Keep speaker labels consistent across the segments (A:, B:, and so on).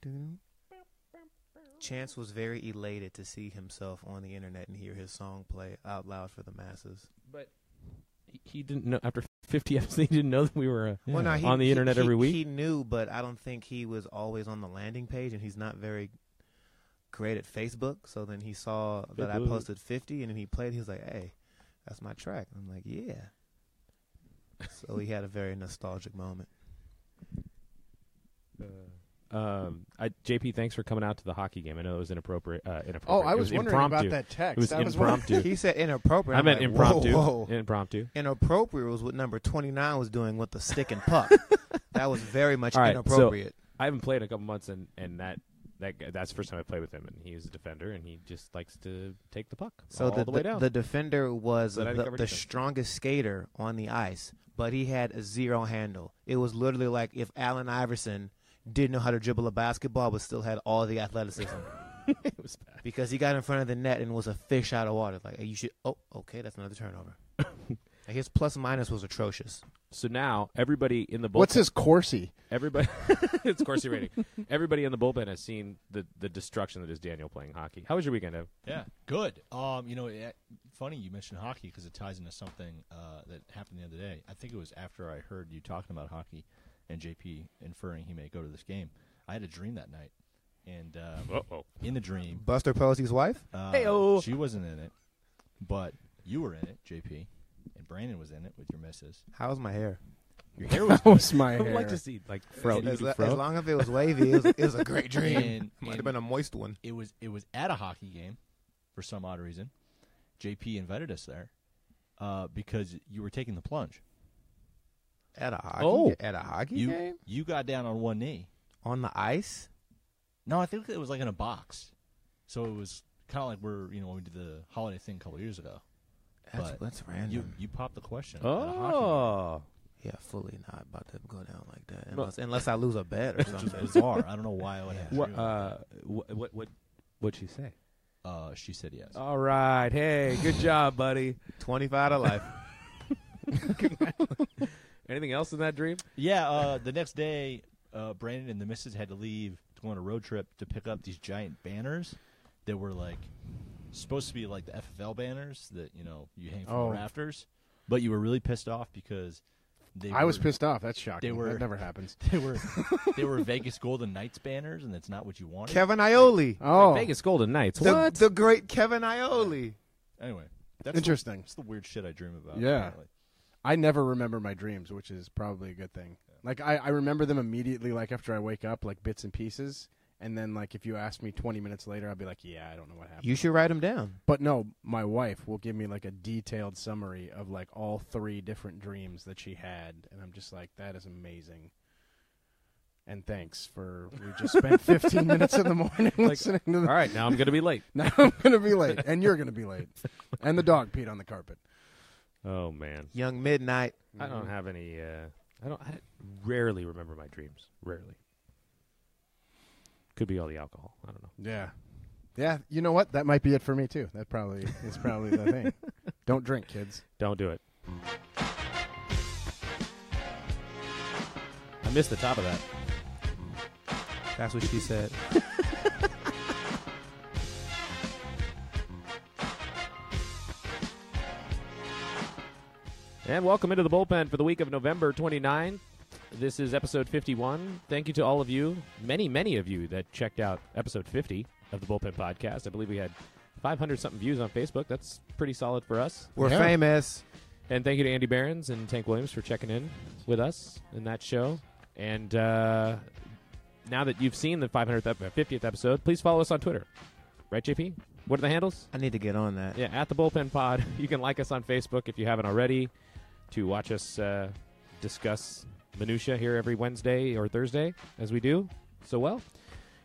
A: doo. Chance was very elated to see himself on the internet and hear his song play out loud for the masses.
B: But he, he didn't know after 50 episodes. He didn't know that we were. Uh,
A: Well, no, he,
B: On the
A: he-
B: internet
A: he-
B: every week?
A: He knew, but I don't think he was always on the landing page, and he's not very great at Facebook. So then he saw that I
B: Facebook.
A: posted 50, and then he played. He was like, "Hey, that's my track." I'm like, "Yeah." So he had a very nostalgic moment.
B: um, I, JP, thanks for coming out to the hockey game. I know it was inappropriate. Uh, inappropriate.
C: Oh, I
B: It
C: was, wondering
B: impromptu.
C: about that text.
B: It was
C: I was wondering-
B: impromptu.
A: He said inappropriate.
B: I
A: I'm
B: meant
A: like, whoa,
B: impromptu.
A: whoa.
B: Impromptu.
A: Inappropriate was what number 29 was doing with the stick and puck. that was very much
B: All right, so-
A: inappropriate.
B: I haven't played in a couple months, and and that. That guy, that's the first time I played with him, and he is a defender, and he just likes to take the puck
A: So,
B: all
A: the,
B: the, way
A: the-
B: down.
A: the defender was
B: So that
A: the,
B: covered
A: the
B: it then.
A: strongest skater on the ice, but he had a zero handle. It was literally like if Allen Iverson didn't know how to dribble a basketball but still had all the athleticism
B: it was bad.
A: because he got in front of the net and was a fish out of water. Like, you should, oh, okay, that's another turnover. Like, his plus minus was atrocious.
B: So now everybody in the bullpen,
C: What's his Corsi?
B: everybody, it's Corsi rating. Everybody in the bullpen has seen the the destruction that is Daniel playing hockey. How was your weekend? Ev?
D: Yeah, good. Um, you know, it, funny you mentioned hockey because it ties into something uh, that happened the other day. I think it was after I heard you talking about hockey and JP inferring he may go to this game. I had a dream that night, and uh,
B: Uh-oh.
D: in the dream,
A: Buster Posey's wife?
D: uh,
B: Heyo.
D: she wasn't in it, but you were in it, JP, and Brandon was in it with your missus.
A: How's my hair?
D: Your hair was
C: That was my
B: I
C: hair.
B: would like to see like fro.
A: As,
B: you do
A: as
B: fro.
A: long as it was wavy, it was, it was a great dream.
D: And-
A: Might have
D: and-
A: been a moist one.
D: it was it was at a hockey game for some odd reason. JP invited us there uh, because you were taking the plunge.
A: At a hockey,
B: Oh.
A: ga- at a hockey
D: You
A: game
D: you got down on one knee.
A: on the ice.
D: No, I think it was like in a box. So it was kind of like we're you know when we did the holiday thing a couple years ago.
A: That's,
D: But
A: that's random.
D: You you popped the question. at a hockey
B: oh,
A: yeah, fully not about to go down like that
B: No.
A: unless, unless I lose a bet or
D: game, which
A: something.
D: was bizarre. I don't know why I would have.
B: what
D: dreamed
B: uh,
D: of
B: what what what what'd she
D: that.
B: say?
D: Uh, she said yes.
B: All right, hey, good job, buddy.
A: Twenty five to life.
B: Anything else in that dream?
D: yeah. Uh, the next day, uh, Brandon and the missus had to leave to go on a road trip to pick up these giant banners that were like supposed to be like the FFL banners that you know you hang from
C: Oh.
D: the rafters, but you were really pissed off because they
C: I was
D: were-
C: pissed off. That's shocking.
D: They were-
C: That never happens.
D: They were they were Vegas Golden Knights banners, and that's not what you wanted.
A: Kevin Ioli,
C: Oh,
B: Vegas Golden Knights.
A: the,
B: what?
A: the great Kevin Ioli.
D: Anyway, that's the-
C: interesting.
D: That's the weird shit I dream about.
C: Yeah.
D: apparently.
C: I never remember my dreams, which is probably a good thing. Like I, I remember them immediately, like after I wake up, like bits and pieces, and then like if you ask me twenty minutes later, I'll be like, yeah, I don't know what happened.
A: You should write him down.
C: but no, my wife will give me like a detailed summary of like all three different dreams that she had, and I'm just like, that is amazing. And thanks for we just spent 15 minutes in the morning listening to
B: All
C: the.
B: right, now I'm gonna be late.
C: Now I'm gonna be late, and you're gonna be late, and the dog peed on the carpet.
B: Oh man,
A: Young Midnight.
B: I don't have any. Uh, I don't. I rarely remember my dreams. Rarely. Could be all the alcohol. I don't know.
C: Yeah. Yeah, you know what? That might be it for me too. That probably is probably the thing. Don't drink, kids.
B: Don't do it. I missed the top of that.
A: That's what she said.
B: And welcome into the bullpen for the week of November 29th. This is episode 51. Thank you to all of you, many, many of you that checked out episode 50 of the Bullpen Podcast. I believe we had 500 something views on Facebook. That's pretty solid for us.
A: We're
C: Yeah.
A: famous.
B: And thank you to Andy Behrens and Tank Williams for checking in with us in that show. And uh, now that you've seen the 500th, ep- 50th episode, please follow us on Twitter. Right, JP? What are the handles?
A: I need to get on that.
B: Yeah, at the Bullpen Pod. You can like us on Facebook if you haven't already to watch us uh, discuss minutia here every Wednesday or Thursday as we do so well.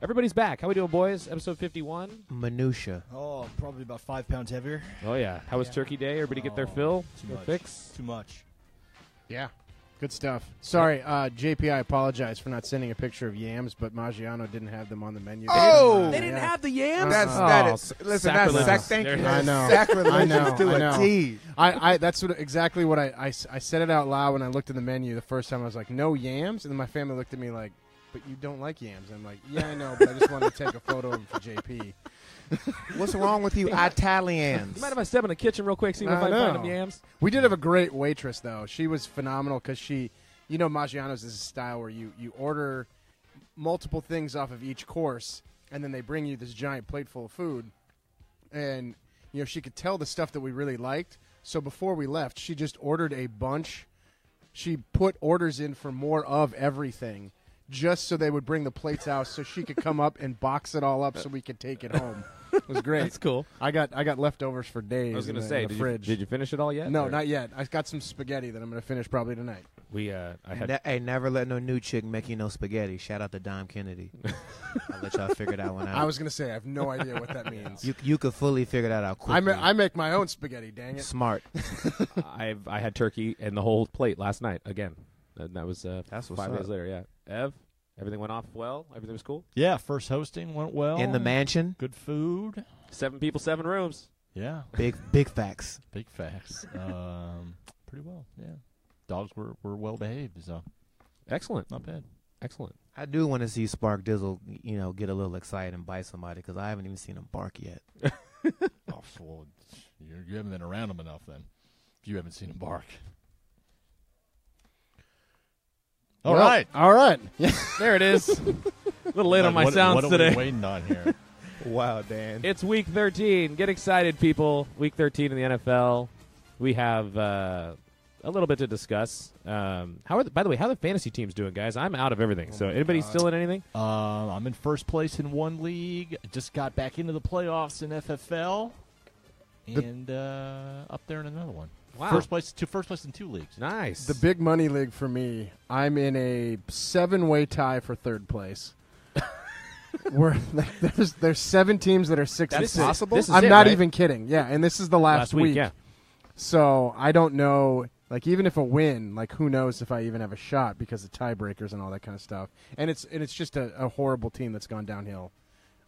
B: Everybody's back. How we doing, boys? Episode fifty-one.
A: Minutia.
D: Oh, probably about five pounds heavier.
B: Oh yeah. How was Turkey Day? Everybody get their
D: Oh,
B: fill,
D: too
B: their
D: much.
B: fix.
D: Too much.
C: Yeah. Good stuff. Sorry, uh, JP, I apologize for not sending a picture of yams, but Maggiano didn't have them on the menu.
A: Oh!
B: They didn't
C: Yeah.
B: have the yams.
C: That's-
B: Oh,
C: that
A: is- listen, that's
B: sacrilegious.
A: sac- thank
B: There
A: you.
B: it
C: I
B: is.
C: know.
A: Sacrilegious
C: I know.
A: to
C: I
A: a
C: know.
A: T.
C: I, I that's what, exactly what I, I s- I said it out loud when I looked in the menu the first time. I was like, "No yams," and then my family looked at me like, but you don't like yams. I'm like, yeah, I know, but I just wanted to take a photo of him for JP.
A: What's wrong with you Italians?
B: You mind if I step in the kitchen real quick, see if
C: I
B: I find
C: know.
B: them yams?
C: We did have a great waitress though. She was phenomenal because she, you know, Maggiano's is a style where you you order multiple things off of each course, and then they bring you this giant plate full of food, and you know she could tell the stuff that we really liked. So before we left, she just ordered a bunch. She put orders in for more of everything. Just so they would bring the plates out, so she could come up and box it all up, so we could take it home. It was great.
B: That's cool.
C: I got I got leftovers for days.
B: I was
C: in
B: gonna
C: the-
B: say,
C: in the
B: did you,
C: fridge.
B: did you finish it all yet?
C: No,
B: or-
C: not yet. I've got some spaghetti that I'm going to finish probably tonight.
B: We, uh, I had
A: Ne- hey, never let no new chick make you no spaghetti. Shout out to Dom Kennedy. I'll let y'all figure that
B: Oh.
A: one out.
C: I was going to say I have no idea what that means.
A: you you could fully figure that out quickly.
C: I, ma- I make my own spaghetti. Dang it!
A: smart.
B: I've I had turkey and the whole plate last night again, and that was uh,
A: That's what's
B: five days
A: up.
B: later. Yeah, Ev, everything went off well. Everything was cool.
D: Yeah, first hosting went well.
A: In the mansion,
D: Good food.
B: Seven people, seven rooms.
D: Yeah,
A: big big facts.
D: big facts. um, pretty well. Yeah, dogs were, were well behaved, so
B: Excellent,
D: not bad.
B: excellent.
A: I do want to see Spark Dizzle, you know, get a little excited and bite somebody because I haven't even seen him bark yet.
D: oh, well, you, you haven't been around them enough then. You haven't seen them bark. All
C: Well,
D: right.
C: all right.
B: There it is. A little late on my
D: what,
B: sounds
D: what are
B: today.
D: we waiting on here?
A: Wow, Dan.
B: It's week 13. Get excited, people. Week 13 in the NFL. We have uh, a little bit to discuss. Um, how are the, by the way, how are the fantasy teams doing, guys? I'm out of
C: Oh
B: everything. so, anybody still in anything?
D: Um, I'm in first place in one league. Just got back into the playoffs in FFL, and uh, up there in another one.
B: Wow.
D: First place to first place in two leagues.
B: Nice.
C: The big money league for me. I'm in a seven-way tie for third place. We're like, there's there's seven teams that are six
B: That's
C: and six.
B: possible? This is
C: I'm
B: it,
C: not
B: right?
C: even kidding. Yeah, and this is the
B: last
C: last,
B: week, yeah.
C: So I don't know. Like even if a win, like who knows if I even have a shot because of tiebreakers and all that kind of stuff. And it's and it's just a, a horrible team that's gone downhill,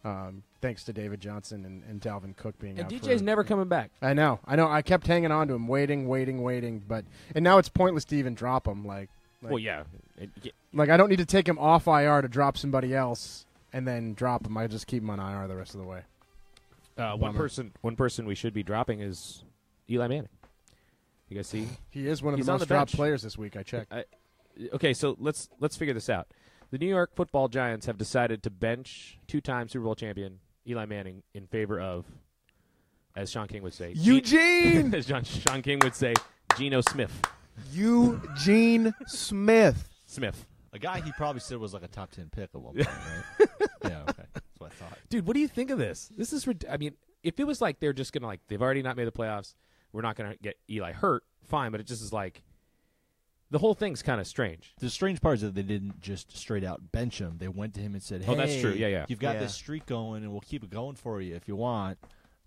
C: um, thanks to David Johnson and, and Dalvin Cook being
B: And
C: out.
B: DJ's
C: for,
B: never coming back.
C: I know, I know. I kept hanging on to him, waiting, waiting, waiting. But and now it's pointless to even drop him. Like, like,
B: Well, yeah. It- y-
C: like I don't need to take him off IR to drop somebody else and then drop him. I just keep him on IR the rest of the way.
B: Uh, one
C: Bummer.
B: person, one person we should be dropping is Eli Manning. You guys see?
C: He is one of
B: He's
C: the
B: on
C: most
B: the
C: dropped
B: bench.
C: players this week. I checked.
B: I, okay, so let's let's figure this out. The New York Football Giants have decided to bench two-time Super Bowl champion Eli Manning in favor of, as Sean King would say,
A: Eugene,
B: Gene- as John, Sean King would say, Geno Smith.
A: Eugene Smith.
B: Smith.
D: A guy he probably said was like a top ten pick at one point, right? yeah, okay, that's what I thought.
B: Dude, what do you think of this? This is. rid- I mean, if it was like they're just gonna like they've already not made the playoffs, we're not gonna get Eli hurt. Fine, but it just is like the whole thing's kind of strange.
D: The strange part is that they didn't just straight out bench him. They went to him and said, "Hey,
B: Oh, that's true. Yeah, yeah.
D: You've got
A: Yeah.
D: this streak going, and we'll keep it going for you if you want,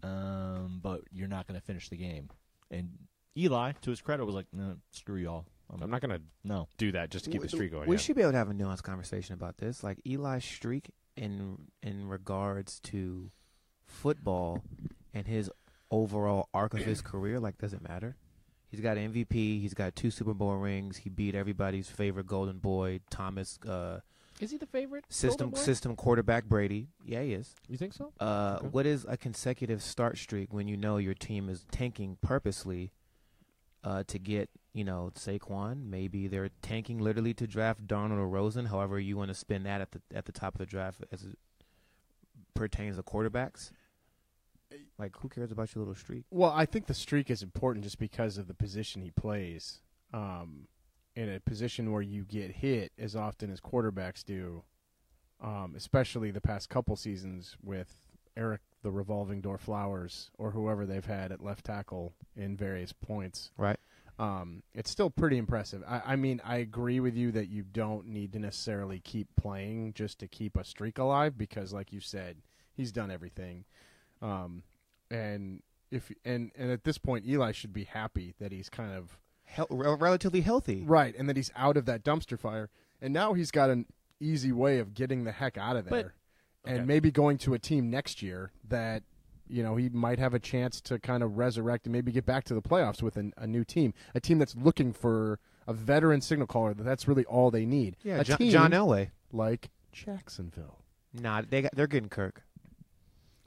D: um, but you're not going to finish the game." And Eli, to his credit, was like, "No, screw y'all.
B: I'm not gonna
D: No,
B: do that just to keep the streak going.
A: We
B: yeah.
A: should be able to have a nuanced conversation about this, like Eli's streak in in regards to football and his overall arc of his career. Like, does it matter? He's got MVP. He's got two Super Bowl rings. He beat everybody's favorite Golden Boy, Thomas uh,
B: Is he the favorite?
A: system system quarterback Brady. Yeah, he is.
B: You think so?
A: Uh,
B: Okay.
A: What is a consecutive start streak when you know your team is tanking purposely uh, to get, you know, Saquon? Maybe they're tanking literally to draft Darnold or Rosen. However, you want to spin that at the at the top of the draft as it pertains to quarterbacks. Like, who cares about your little streak?
C: Well, I think the streak is important just because of the position he plays. Um, in a position where you get hit as often as quarterbacks do, um, especially the past couple seasons with Eric the revolving door Flowers or whoever they've had at left tackle in various points.
A: Right.
C: Um, it's still pretty impressive. I, I mean, I agree with you that you don't need to necessarily keep playing just to keep a streak alive because, like you said, he's done everything. Um, and if and and at this point, Eli should be happy that he's kind of
A: Hel- rel- relatively healthy.
C: right and that he's out of that dumpster fire. And now he's got an easy way of getting the heck out of there,
B: okay.
C: and maybe going to a team next year that. You know, he might have a chance to kind of resurrect and maybe get back to the playoffs with an, a new team, a team that's looking for a veteran signal caller that that's really all they need.
A: Yeah,
C: a
A: John,
C: team
A: John Elway.
C: like Jacksonville.
A: Nah, they got, they're getting Kirk.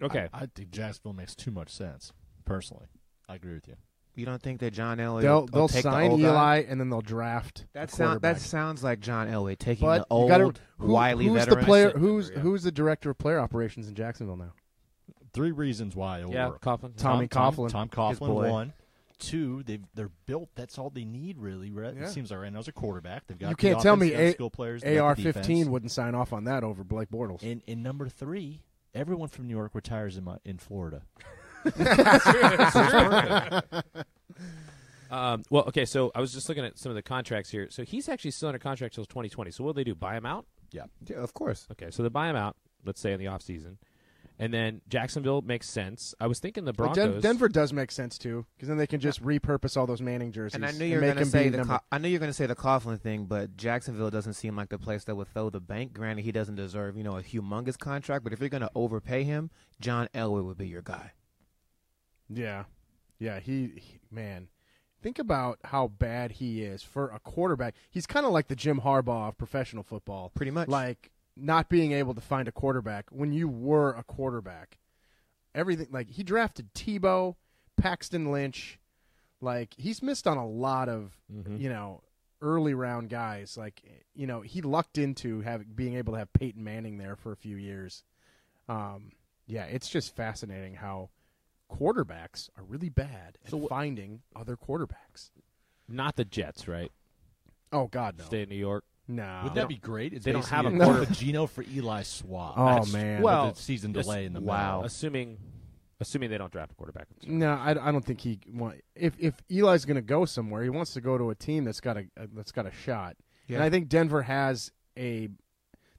B: Okay.
D: I, I think Jacksonville makes too much sense. Personally, I agree with you.
A: You don't think that John Elway
C: They'll
A: will,
C: they'll
A: take
C: sign
A: the old guy?
C: Eli and then they'll draft.
A: That
C: a
A: sound that
C: quarterback.
A: sounds like John Elway taking
C: but
A: the old
C: you gotta, who,
A: wily
C: who's
A: veteran.
C: the player?
A: Sit-
C: Who's
B: yeah.
C: who's the director of player operations in Jacksonville now?
D: Three reasons why it'll
B: Yeah,
D: work.
B: Coughlin.
C: Tommy
D: Tom,
C: Coughlin.
D: Tom,
A: His
D: Coughlin
A: boy.
D: one. Two, they've they're built. That's all they need, really. Right?
C: Yeah.
D: It seems like right now as a quarterback, they've got
C: You
D: the
C: can't tell
D: offense,
C: me
D: they've got
C: A-
D: skill players. they've got the defense.
C: AR-15 wouldn't sign off on that over Blake Bortles.
D: And and number three, everyone from New York retires in my, in Florida.
B: Um, well, okay. So I was just looking at some of the contracts here. So he's actually still under contract till 2020. So what do they do? Buy him out?
A: yeah, of course.
B: Okay. So they buy him out. Let's say in the offseason. and then Jacksonville makes sense. I was thinking the
C: But
B: Broncos.
C: Den- Denver does make sense too, because then they can just repurpose all those Manning jerseys.
A: And I knew you were
C: make
A: going to
C: them
A: say
C: be
A: the
C: number-
A: Co- I knew you were going to say the Coughlin thing, but Jacksonville doesn't seem like the place that would throw the bank. Granted, he doesn't deserve you know a humongous contract, but if you're going to overpay him, John Elway would be your guy.
C: Yeah, yeah. He, he man, think about how bad he is for a quarterback. He's kind of like the Jim Harbaugh of professional football.
A: Pretty much.
C: like not being able to find a quarterback when you were a quarterback. Everything like he drafted Tebow, Paxton Lynch, like he's missed on a lot of
B: Mhm.
C: you know early round guys. Like you know he lucked into having being able to have Peyton Manning there for a few years. Um, yeah, it's just fascinating how quarterbacks are really bad at
B: So wh-
C: finding other quarterbacks.
B: not the Jets, right?
C: Oh God, no,
B: Stay in New York.
C: no.
D: Would that be great? It's
B: They don't
D: basically
B: have a
D: an
B: quarter-
D: Gino for Eli Swab.
C: Oh, man.
D: with
B: Well,
D: the season
B: Just-
D: delay in the
A: wow.
D: middle.
B: Assuming, assuming they don't draft a quarterback.
C: No, I, I don't think he want. If if Eli's going to go somewhere, he wants to go to a team that's got a, a that's got a shot.
A: Yeah.
C: And I think Denver has a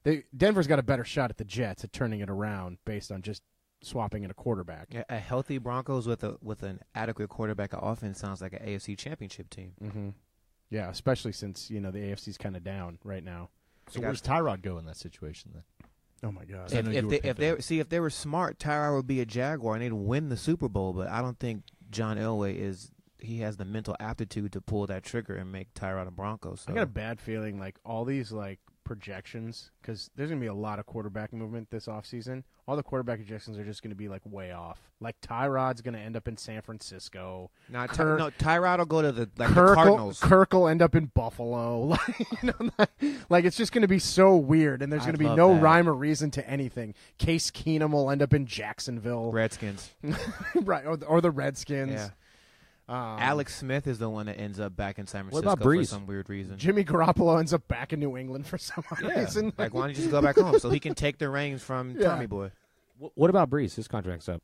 C: they Denver's got a better shot at the Jets at turning it around based on just swapping in a quarterback.
A: Yeah, a healthy Broncos with a with an adequate quarterback of offense sounds like an AFC Championship team.
C: Mm-hmm. Yeah, especially since you know the AFC's kind of down right now.
D: So
A: They got-
D: where's Tyrod go in that situation then?
C: Oh my god.
D: Yeah. I
A: If,
D: know
A: if they
D: you were
A: if
D: picking
A: they see if they were smart, Tyrod would be a Jaguar and they'd win the Super Bowl. But I don't think John Elway is. He has the mental aptitude to pull that trigger and make Tyrod a Bronco. So
C: I got a bad feeling like all these like projections because there's gonna be a lot of quarterback movement this offseason. All the quarterback projections are just gonna be like way off. Like Tyrod's gonna end up in San Francisco.
A: Not Ty-
C: Kirk-
A: no, Tyrod will go to the like
C: Kirk,
A: the
C: will,
A: Cardinals.
C: Kirk will end up in Buffalo. Like, you know, like, like, it's just going to be so weird, and there's
A: I
C: going to be
A: love
C: no
A: that.
C: rhyme or reason to anything. Case Keenum will end up in Jacksonville,
A: Redskins.
C: right? Or, or the Redskins.
A: Yeah.
C: Um,
A: Alex Smith is the one that ends up back in San
B: What
A: Francisco
B: about
A: for
B: Brees?
A: some weird reason.
C: Jimmy Garoppolo ends up back in New England for some reason.
A: Like, why don't you just go back home so he can take the reins from
C: Yeah.
A: Tommy Boy?
B: Wh- What about Breeze? His contract's up.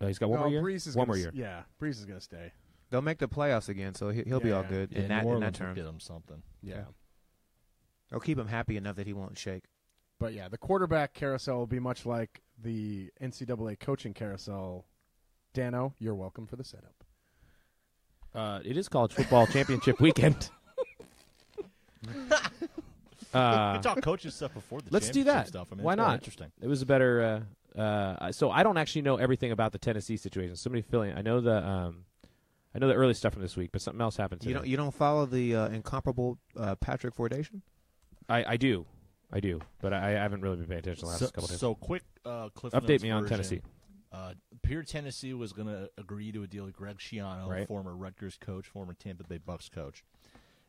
B: Uh, he's got one
C: No,
B: more year.
C: Oh, Brees is
B: one
C: gonna
B: more year.
C: s- Yeah, Brees is going to stay.
A: They'll make the playoffs again, so he- he'll be all
C: Yeah.
A: good
D: Yeah,
A: in that
D: New
A: in that
D: Orleans would
A: term.
D: get him something.
C: Yeah.
A: They'll keep him happy enough that he won't shake.
C: But yeah, the quarterback carousel will be much like the NCAA coaching carousel. Dano, you're welcome for the setup.
B: Uh, it is college football championship weekend.
D: We
B: uh,
D: could talk coaches stuff before the
B: let's do
D: championship
B: that.
D: Stuff. I mean,
B: Why
D: it's more
B: not?
D: Interesting.
B: it was a better. Uh, uh, so I don't actually know everything about the Tennessee situation. Somebody filling. I know the. Um, I know the early stuff from this week, but something else happened. Today.
A: You don't you don't follow the uh, incomparable uh, Patrick Fordation?
B: I, I do, I do, but I, I haven't really been paying attention the last
D: So,
B: couple days.
D: so quick, uh, Cliff
B: Update
D: Notes
B: me on
D: version.
B: Tennessee.
D: Uh, Pier Tennessee was going to agree to a deal with Greg Schiano,
B: Right.
D: former Rutgers coach, former Tampa Bay Bucks coach.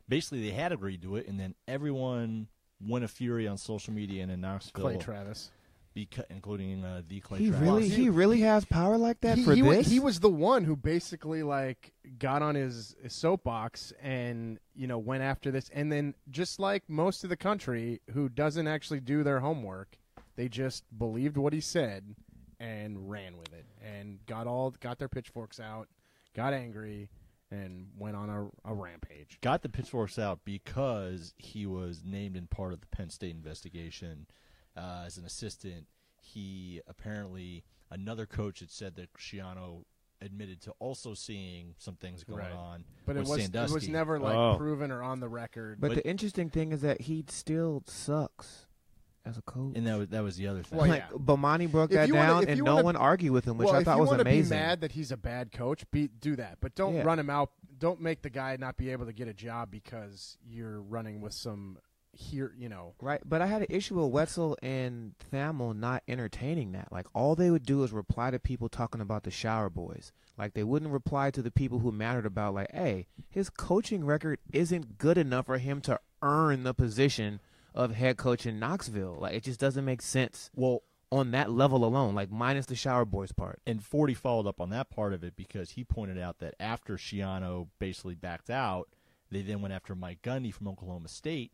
D: Basically, they had agreed to it, and then everyone went a fury on social media and in Knoxville,
C: Clay Travis.
D: beca- including uh, the Clay
A: He
D: Travis.
A: really he really has power like that
C: he,
A: for
C: he wa-
A: this.
C: he was the one who basically like got on his, his soapbox and you know went after this, and then just like most of the country who doesn't actually do their homework, they just believed what he said and ran with it, and got all got their pitchforks out, got angry, and went on a, a rampage.
D: got the pitchforks out because he was named in part of the Penn State investigation uh, as an assistant. He apparently another coach had said that Shiano admitted to also seeing some things going
C: Right.
D: on,
C: But it
D: with
C: was
D: Sandusky.
C: it was never like
B: Oh.
C: proven or on the record.
A: but,
D: but-
A: the interesting thing is that he still sucks as a coach.
D: and that was, that was the other thing.
C: Well,
A: like
C: yeah.
A: Bomani broke
C: If
A: that
C: you wanna-
A: down,
C: if
A: and
C: you
A: no
C: wanna-
A: one argued with him, which
C: well,
A: I
C: if
A: thought
C: you
A: was
C: wanna
A: amazing.
C: be mad that he's a bad coach, be do that, but don't
A: Yeah.
C: run him out. don't make the guy not be able to get a job because you're running with some here, you know.
A: Right, but I had an issue with Wetzel and Thamel not entertaining that. Like all they would do is reply to people talking about the shower boys. Like they wouldn't reply to the people who mattered about like, hey, his coaching record isn't good enough for him to earn the position of head coach in Knoxville. Like it just doesn't make sense
D: Well,
A: on that level alone. Like minus the shower boys part.
D: and Forty followed up on that part of it because he pointed out that after Shiano basically backed out, they then went after Mike Gundy from Oklahoma State,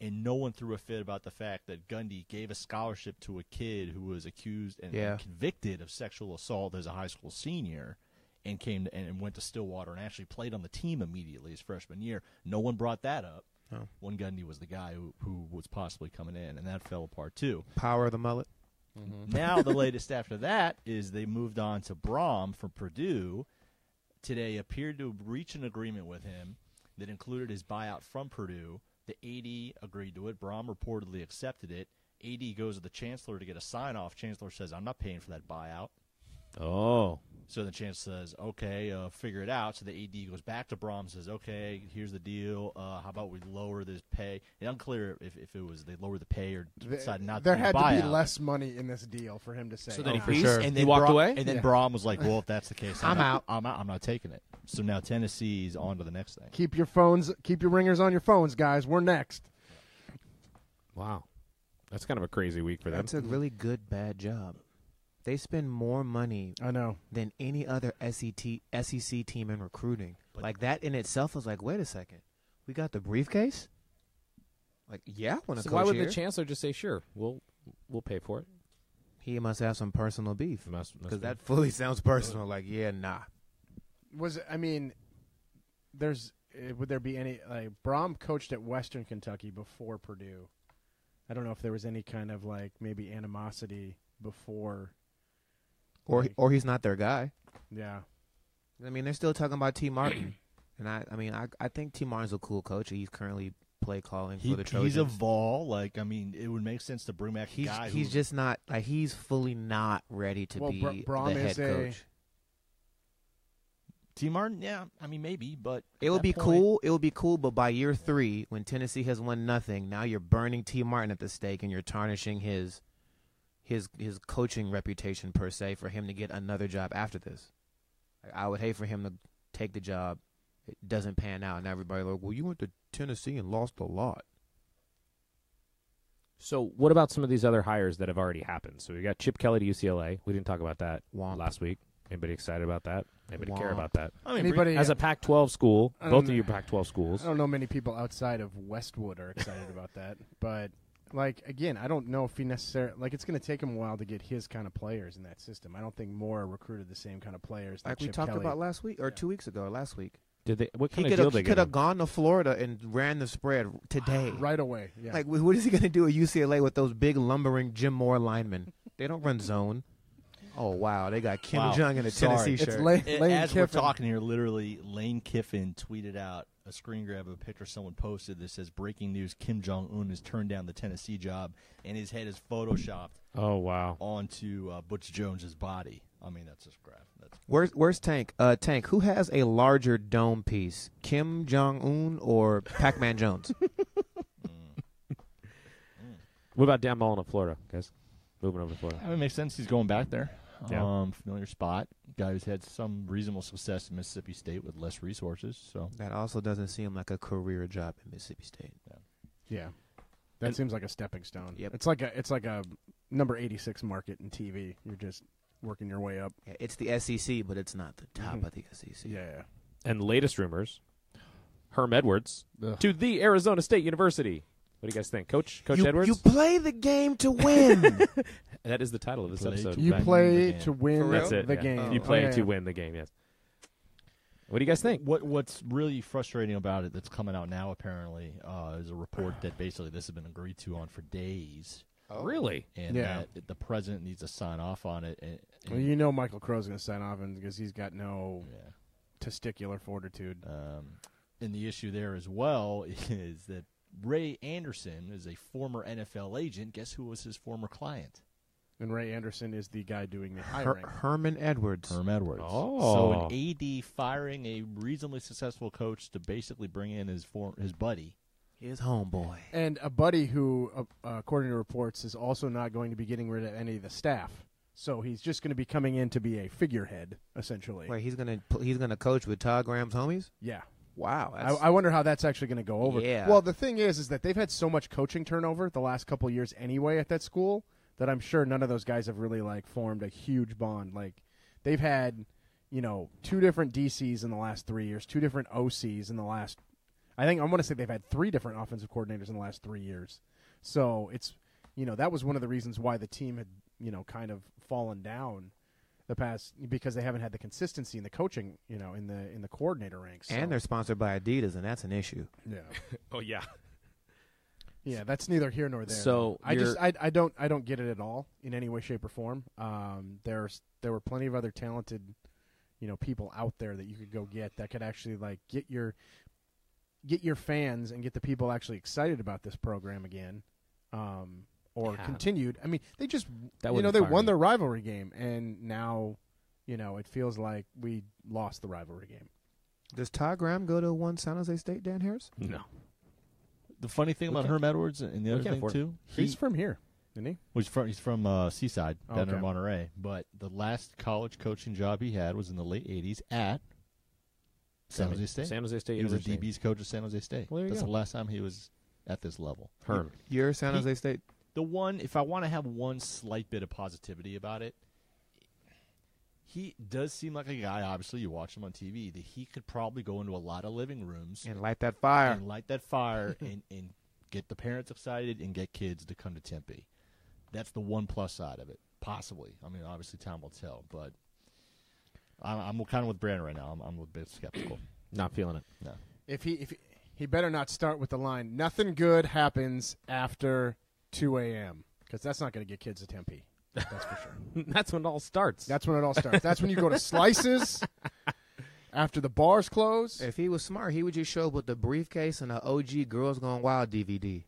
D: and no one threw a fit about the fact that Gundy gave a scholarship to a kid who was accused and
A: Yeah.
D: convicted of sexual assault as a high school senior. And came to, and went to Stillwater and actually played on the team immediately his freshman year. No one brought that up.
A: Oh.
D: One Gundy was the guy who, who was possibly coming in, and that fell apart too.
A: Power of the mullet.
D: Mm-hmm. Now the latest after that is they moved on to Brom from Purdue. Today appeared to reach an agreement with him that included his buyout from Purdue. The AD agreed to it. Brom reportedly accepted it. AD goes to the chancellor to get a sign off. Chancellor says, "I'm not paying for that buyout."
B: Oh,
D: So the chancellor says, "Okay, uh, figure it out." So the AD goes back to Brom, says, "Okay, here's the deal. Uh, how about we lower this pay?" It's unclear if, if it was they lower the pay or decided not
C: there
D: to do
C: had
D: a
C: to be
D: buyout.
C: less money in this deal for him to say. "Oh,
B: So then he
C: "Nah."
B: For sure.
D: And
B: He
D: then
B: walked
D: Bra-
B: away?
D: And then
C: Yeah.
D: Braum was like, "Well, if that's the case, I'm,
A: I'm
D: not-
A: out.
D: I'm out. I'm not taking it." So now Tennessee's on to the next thing.
C: keep your phones, keep your ringers on your phones, guys. We're next.
B: wow. That's kind of a crazy week for them.
A: That's a really good bad job. They spend more money
C: I know.
A: than any other E SET, SEC team in recruiting.
D: But-
A: like that in itself was like, wait a second, we got the briefcase. Like, yeah, when a
B: So
A: coach
B: why would
A: here,
B: the chancellor just say, "Sure, we'll we'll pay for it"?
A: he must have some personal beef
B: Must- must
A: because
B: be.
A: that fully sounds personal. Like, yeah, nah.
C: Was I mean, there's eh, would there be any like Brom coached at Western Kentucky before Purdue? I don't know if there was any kind of like maybe animosity before.
A: Or
C: Like-
A: or he's not their guy.
C: Yeah,
A: I mean, they're still talking about T Martin, and I I mean I I think T Martin's a cool coach. He's currently play calling
D: He-
A: for the Trojans.
D: he's a vol. Like, I mean, it would make sense to bring back a
A: He's,
D: guy.
A: he's
D: who,
A: just not like he's fully not ready to
C: Well,
A: be
C: Bra- Braum
A: the head
C: is a-
A: coach.
D: T. Martin. Yeah, I mean, maybe, but
A: It
D: at
A: would
D: that
A: be
D: point-
A: cool. It would be cool, but by year three, when Tennessee has won nothing, now you're burning T. Martin at the stake, and you're tarnishing his, his, his coaching reputation per se for him to get another job after this. I- I would hate for him to take the job. It doesn't pan out, and everybody like, well, you went to Tennessee and lost a lot.
B: So, what about some of these other hires that have already happened? So, we got Chip Kelly to UCLA. We didn't talk about that
A: Womp.
B: last week. Anybody excited about that? Anybody care
A: Womp.
B: about that?
D: I mean,
C: Anybody-
B: As a Pac-12 school,
C: I
B: both
C: don't
B: of you
C: know.
B: Pac-12 schools.
C: I don't know many people outside of Westwood are excited about that, but like again, I don't know if he necessarily like it's going to take him a while to get his kind of players in that system. I don't think Moore recruited the same kind of players. that
A: Like we
C: Chip
A: talked
C: Kelly-
A: about last week or two weeks ago, or last week.
B: Did they? What
A: He
B: kind of
A: could
B: deal
A: have
B: they
A: he
B: get?
A: could have
B: him?
A: gone to Florida and ran the spread today.
C: right away. Yeah,
A: Like, wh- what is he going to do at UCLA with those big lumbering Jim Moore linemen? They don't run zone. Oh wow, they got Kim
D: Wow.
A: Jong in a
D: Sorry.
A: Tennessee
D: It's
A: shirt.
C: it's Lane,
D: a-
C: Lane
D: as
C: Kiffin.
D: we're talking here, literally, Lane Kiffin tweeted out a screen grab of a picture someone posted that says "Breaking news: Kim Jong Un has turned down the Tennessee job," and his head is photoshopped
B: Oh wow!
D: onto uh, Butch Jones's body. I mean, that's just graph. That's
A: Where's Where's Tank? Uh, Tank, who has a larger dome piece, Kim Jong Un or Pac Man Jones?
B: What about Dan Mullen of Florida, guys? Moving over to Florida.
D: I mean, it makes sense. He's going back there.
B: Yeah.
D: Um, familiar spot. Guy who's had some reasonable success in Mississippi State with less resources. So
A: That also doesn't seem like a career job in Mississippi State.
C: Yeah, that
B: And-
C: seems like a stepping stone.
A: Yep.
C: It's like a it's like a number eighty six market in TV. You're just working your way up.
A: Yeah, it's the SEC, but it's not the top
C: Mhm.
A: of the E SEC.
C: Yeah,
B: And latest rumors: Herm Edwards
C: Ugh.
B: to the Arizona State University. What do you guys think, Coach? Coach
A: you,
B: Edwards.
A: you play the game to win.
B: that is the title of this
D: Play
B: episode.
D: to
C: you
D: Back
C: play
D: in the
C: to
D: game.
C: win
B: That's it.
C: the
B: yeah.
C: game.
B: You
A: Oh,
B: play
C: yeah.
B: to win the game. Yes. What do you guys think?
D: What what's really frustrating about it that's coming out now apparently uh, is a report that basically this has been agreed to on for days,
B: Really?
D: and
C: Yeah.
D: that the president needs to sign off on it. And,
C: Well,
D: and-
C: you know Michael Crow's going to sign off because he's got no
D: yeah.
C: testicular fortitude.
D: Um, and the issue there as well is that Ray Anderson is a former NFL agent. Guess who was his former client?
C: And Ray Anderson is the guy doing the
A: Her-
C: hiring.
A: Herman Edwards.
D: Herm Edwards.
B: Oh.
D: So an AD firing a reasonably successful coach to basically bring in his form, his buddy.
A: His homeboy.
C: and a buddy who, uh, uh, according to reports, is also not going to be getting rid of any of the staff. So he's just going to be coming in to be a figurehead, essentially.
A: Wait, he's gonna pl- he's gonna coach with Todd Graham's homies.
C: Yeah.
A: Wow,
C: I, I wonder how that's actually going to go over.
A: Yeah.
C: Well, the thing is, is that they've had so much coaching turnover the last couple years anyway at that school that I'm sure none of those guys have really like formed a huge bond. Like they've had, you know, two different DCs in the last three years, two different OCs in the last. I think I want to say they've had three different offensive coordinators in the last three years. So it's, you know, that was one of the reasons why the team had, you know, kind of fallen down. The past because they haven't had the consistency in the coaching, you know, in the in the coordinator ranks.
A: and
C: So-
A: they're sponsored by Adidas, and that's an issue.
C: yeah.
B: Oh yeah.
C: Yeah, that's neither here nor there.
B: So
C: I
B: you're-
C: just I, I don't I don't get it at all in any way, shape, or form. Um, there's there were plenty of other talented, you know, people out there that you could go get that could actually like get your get your fans and get the people actually excited about this program again, um, or
B: Yeah.
C: continued. I mean, they just
B: That
C: you know
B: wouldn't
C: they
B: fire
C: won
B: me.
C: their rivalry game, and now you know it feels like we lost the rivalry game.
A: Does Todd Graham go to one San Jose State, Dan Harris?
B: No.
D: The funny thing
B: We
D: about
B: can't-
D: Herm Edwards and the
B: we
D: other
B: can't
D: thing
B: afford
D: too,
C: He's
D: he
C: from here, isn't he?
D: was from he's from uh, Seaside, down in
C: Okay.
D: Monterey. But the last college coaching job he had was in the late '80s at San Jose State.
B: San Jose State.
D: he was a
B: University.
D: DB's coach at San Jose State.
B: Well, there you
D: That's
B: go.
D: the last time he was at this level.
B: Herm.
A: You're San
D: He-
A: Jose State.
D: the one if I want to have one slight bit of positivity about it, he does seem like a guy. Obviously, you watch him on TV that he could probably go into a lot of living rooms
A: And light that fire.
D: and light that fire and and get the parents excited and get kids to come to Tempe. That's the one plus side of it, possibly. I mean, obviously, time will tell, but. I'm, I'm kind of with Brandon right now. I'm, I'm a bit skeptical.
B: Not feeling it.
D: No.
C: If he if he, he better not start with the line, nothing good happens after two a.m. because that's not going to get kids to Tempe. That's for sure.
B: That's when it all starts.
C: That's when it all starts. That's when you go to slices after the bars close.
A: If he was smart, he would just show up with a briefcase and an OG Girls Gone Wild DVD.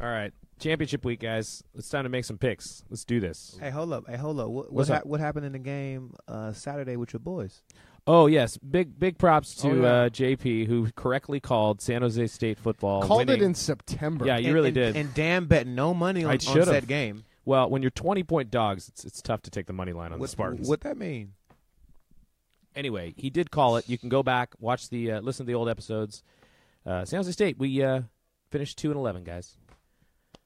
B: all right. Championship week, guys. It's time to make some picks. Let's do this.
A: Hey, hold up. Hey, hold up. What, what,
B: What's
A: ha-
B: up?
A: what happened in the game uh, Saturday with your boys?
B: Oh yes, big big props to
C: Oh, yeah.
B: uh, JP who correctly called San Jose State football.
C: Called it
B: winning-
C: in September.
B: Yeah, you
A: And-
B: really
A: and-
B: did.
A: And Dan bet no money on,
B: I
A: on
B: should've.
A: said game.
B: well, when you're 20 point dogs, it's it's tough to take the money line on
A: What,
B: the Spartans.
A: what that mean?
B: anyway, he did call it. You can go back, watch the uh, listen to the old episodes. Uh, San Jose State, we uh, finished two and eleven, guys.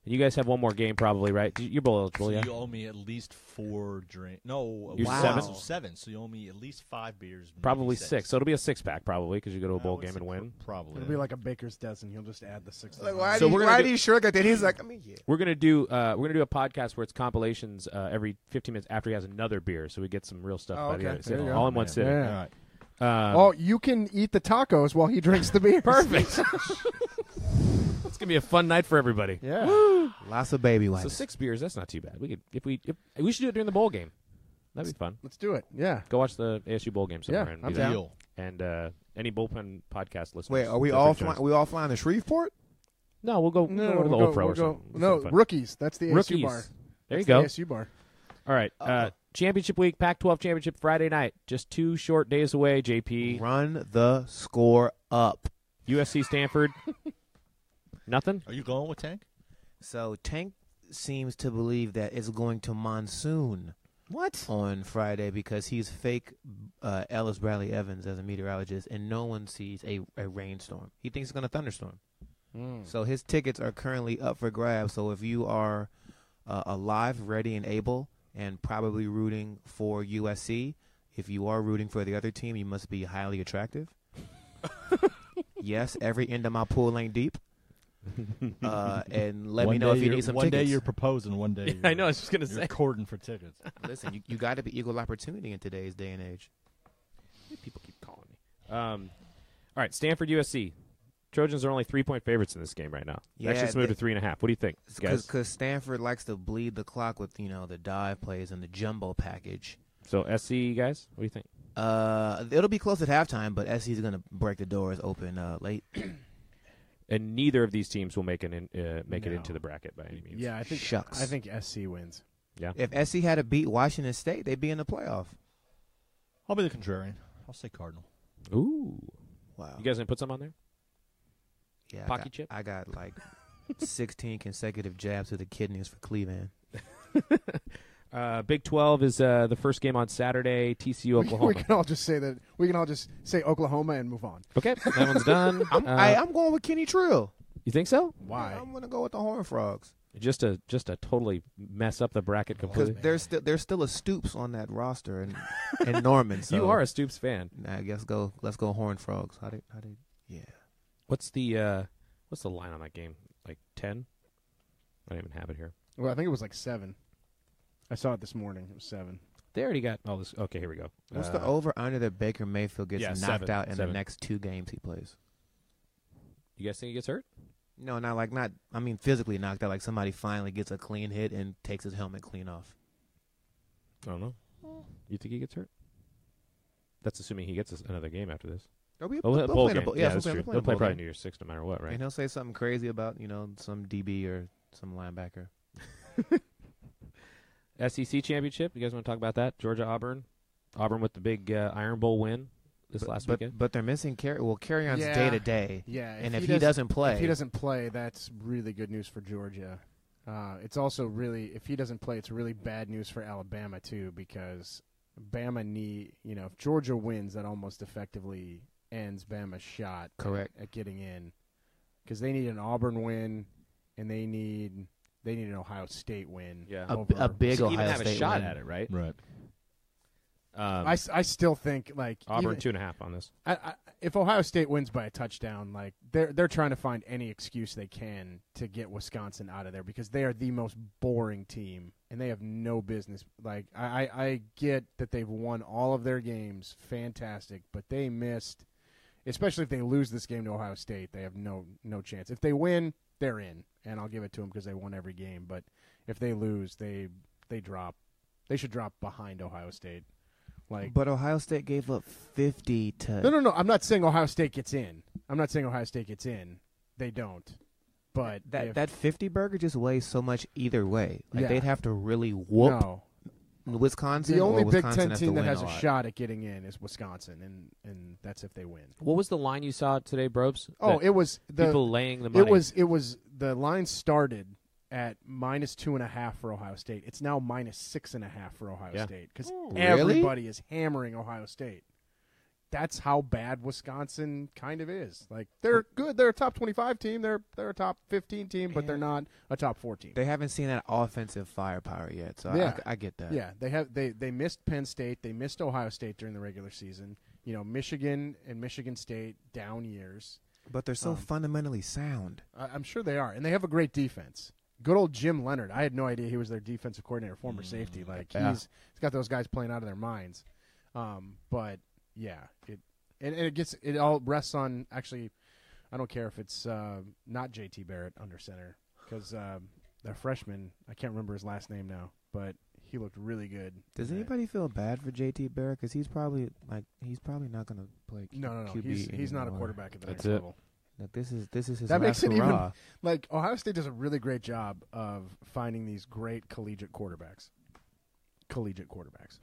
B: And you guys have one more game, probably, right? You- You're bowl eligible, yeah.
D: You owe me at least four drink. No,
B: You're
D: wow.
A: seven?
D: So seven. So you owe me at least five beers. maybe
B: Probably six. so it'll be a six pack, probably, because you go to a
D: I
B: bowl
D: would
B: game
D: say
B: and
D: pro-
B: win.
D: Probably.
C: it'll be like a baker's dozen. He'll just add the six.
A: why do
B: So
A: you,
B: we're gonna
A: why
B: do-
A: do you shrug at that? He's like, I mean, yeah.
B: We're gonna do uh, we're gonna do a podcast where it's compilations uh, every 15 minutes after he has another beer, so we get some real stuff
C: Oh,
B: by
C: okay.
B: the end.
C: There you
B: So,
C: go.
B: all in one
D: Yeah.
B: sitting.
C: Yeah.
D: All right.
B: Um,
C: oh, you can eat the tacos while he drinks the beer.
B: perfect! it's gonna be a fun night for everybody.
C: Yeah.
A: Lots of baby wipes.
B: So six beers, that's not too bad. We could if we if, we should do it during the bowl game. That'd be fun.
C: Let's do it. Yeah.
B: Go watch the ASU bowl game somewhere.
C: Yeah,
B: and
C: I'm
B: do that.
D: Deal.
B: And uh, any bullpen podcast listeners.
A: Wait, are we
B: feel
A: all
B: free to join us.
A: flying? We all flying to Shreveport?
B: No, we'll go. We'll go to the
C: we'll
B: old pro
C: we'll
B: or something.
C: No,
B: Something fun.
C: rookies. That's the
B: rookies.
C: ASU bar.
B: There you
C: That's
B: go.
C: The ASU bar.
B: All right. Uh, championship week, Pac-12 championship Friday night. Just two short days away. JP,
A: Run the score up.
B: USC, Stanford. Nothing.
D: Are you going with Tank?
A: So Tank seems to believe that it's going to monsoon
B: What?
A: on Friday because he's fake uh, Ellis Bradley Evans as a meteorologist, and no one sees a, a rainstorm. He thinks it's going to thunderstorm. So his tickets are currently up for grabs. So if you are uh, alive, ready, and able, and probably rooting for USC, if you are rooting for the other team, you must be highly attractive. yes, every end of my pool ain't deep. Uh, and let me know if you need some
D: One
A: tickets.
D: day you're proposing. One day
B: I know. I was just gonna
D: you're
B: say.
D: courting for tickets.
A: Listen, you, you got to be equal opportunity in today's day and age.
B: People keep calling me. Um, all right. Stanford, USC. Trojans are only three-point favorites in this game right now.
A: Yeah,
B: That's just moved
A: they-
B: to three and a half. What do you think, guys?
A: Because Stanford likes to bleed the clock with you know the dive plays and the jumbo package.
B: So SC, guys, what do you think?
A: Uh, it'll be close at halftime, but SC's gonna break the doors open uh, late.
B: and neither of these teams will make an in, uh, make it
C: No.
B: into the bracket by any means.
C: Yeah, I think
A: Shucks.
C: I think SC wins.
B: yeah.
A: If SC had to beat Washington State, they'd be in the playoff.
D: I'll be the contrarian. I'll say Cardinal.
B: Ooh,
A: Wow.
B: you guys gonna put some on there?
A: yeah, I
B: pocket
A: got-
B: chip?
A: I got like 16 consecutive jabs to the kidneys for Cleveland.
B: Uh, Big Twelve is uh, the first game on Saturday. TCU
C: We
B: Oklahoma.
C: can all just say that. We can all just say Oklahoma and move on.
B: okay, that one's done.
A: I'm,
B: Uh,
A: I, I'm going with Kenny Trill.
B: you think so?
C: Why?
A: I'm going to go with the Horn Frogs.
B: Just a just a totally mess up the bracket
A: Because
B: completely.
A: there's still there's still a Stoops on that roster and and Norman. So
B: You are a Stoops fan.
A: Nah, I guess go let's go Horn Frogs. How did how did yeah?
B: What's the uh, what's the line on that game? Like ten? I don't even have it here.
C: Well, I think it was like seven. I saw it this morning. It was seven.
B: They already got all this. Okay, here we go.
A: What's
B: Uh,
A: the over under that Baker Mayfield gets
B: yeah,
A: knocked
B: seven,
A: out in
B: seven.
A: the next two games he plays?
B: You guys think he gets hurt?
A: No, not like not. I mean, physically knocked out. Like somebody finally gets a clean hit and takes his helmet clean off.
B: I don't know. Mm. You think he gets hurt? That's assuming he gets us another game after this.
A: They'll be
B: Oh,
A: they'll
B: a bowl
A: play in a
B: game.
A: bowl-
B: yeah,
A: yeah,
B: that's
A: they'll
B: true.
A: play in a
B: They'll play
A: bowl
B: probably
A: game.
B: New Year's Six no matter what, right?
A: And he'll say something crazy about you know some DB or some linebacker.
B: SEC E championship. You guys want to talk about that? Georgia Auburn, Auburn with the big uh, Iron Bowl win this
A: But-
B: last
A: but,
B: weekend.
A: but they're missing carry. Well, carry on's
C: Yeah.
A: day to day,
C: Yeah.
A: and if he, doesn't play,
C: if he doesn't play, that's really good news for Georgia. Uh, it's also really, if he doesn't play, it's really bad news for Alabama too, because Bama need, you know, if Georgia wins, that almost effectively ends Bama's shot at-
A: Correct.
C: at, getting in, because they need an Auburn win, and they need they need an Ohio State win.
B: Yeah.
A: a,
C: over-
A: a big
B: So
A: Ohio
B: even have
A: State
B: a shot
A: win.
B: at it, right?
D: Right.
B: Um,
C: I, s- I still think like
B: Auburn
C: even-
B: two and a half on this.
C: I, I, if Ohio State wins by a touchdown, like they're they're trying to find any excuse they can to get Wisconsin out of there because they are the most boring team and they have no business. Like I, I, I get that they've won all of their games, fantastic, but they missed. Especially if they lose this game to Ohio State, they have no no chance. If they win, they're in, and I'll give it to them because they won every game. But if they lose, they they drop. They should drop behind Ohio State. Like
A: But Ohio State gave up 50 to.
C: no, no, no. I'm not saying Ohio State gets in. I'm not saying Ohio State gets in. They don't. But
A: That
C: if-
A: that 50 burger just weighs so much either way. Like
C: Yeah.
A: they'd have to really whoop
C: no,
A: Wisconsin.
C: the only
A: or
C: Big
A: Wisconsin
C: Ten
A: has to
C: team that
A: win
C: has a
A: lot.
C: shot at getting in is Wisconsin, and and that's if they win.
B: What was the line you saw today, Brobes?
C: Oh,
B: That
C: it was the
B: people laying the money.
C: it was it was the line started at minus two and a half for Ohio State. It's now minus six and a half for Ohio
B: Yeah. Oh,
C: State because
A: Really?
C: everybody is hammering Ohio State. That's how bad Wisconsin kind of is. Like they're
B: Oh.
C: good. They're a top twenty-five team. They're they're a top fifteen team, but they're not a top four team.
A: They haven't seen that offensive firepower yet, so
C: Yeah.
A: I, I get that.
C: Yeah, they have they they missed Penn State, they missed Ohio State during the regular season. You know, Michigan and Michigan State down years.
A: But they're so
C: Um,
A: fundamentally sound.
C: I, I'm sure they are, and they have a great defense. Good old Jim Leonard. I had no idea he was their defensive coordinator, former safety. Like
A: Yeah.
C: he's he's got those guys playing out of their minds. Um, but yeah, it and, and it gets it all rests on actually. I don't care if it's uh, not J.T. Barrett under center because um, their freshman. I can't remember his last name now, but he looked really good.
A: Does
C: Yeah.
A: anybody feel bad for JT Barrett? Because he's probably like he's probably not going to play. Q-
C: No, no, no.
A: QB
C: he's he's not a
A: anymore.
C: quarterback at the
B: That's
C: next
B: it.
C: level.
A: Like, this is this is his
C: That
A: last
C: makes it even-
A: hurrah.
C: Like Ohio State does a really great job of finding these great collegiate quarterbacks. Collegiate quarterbacks.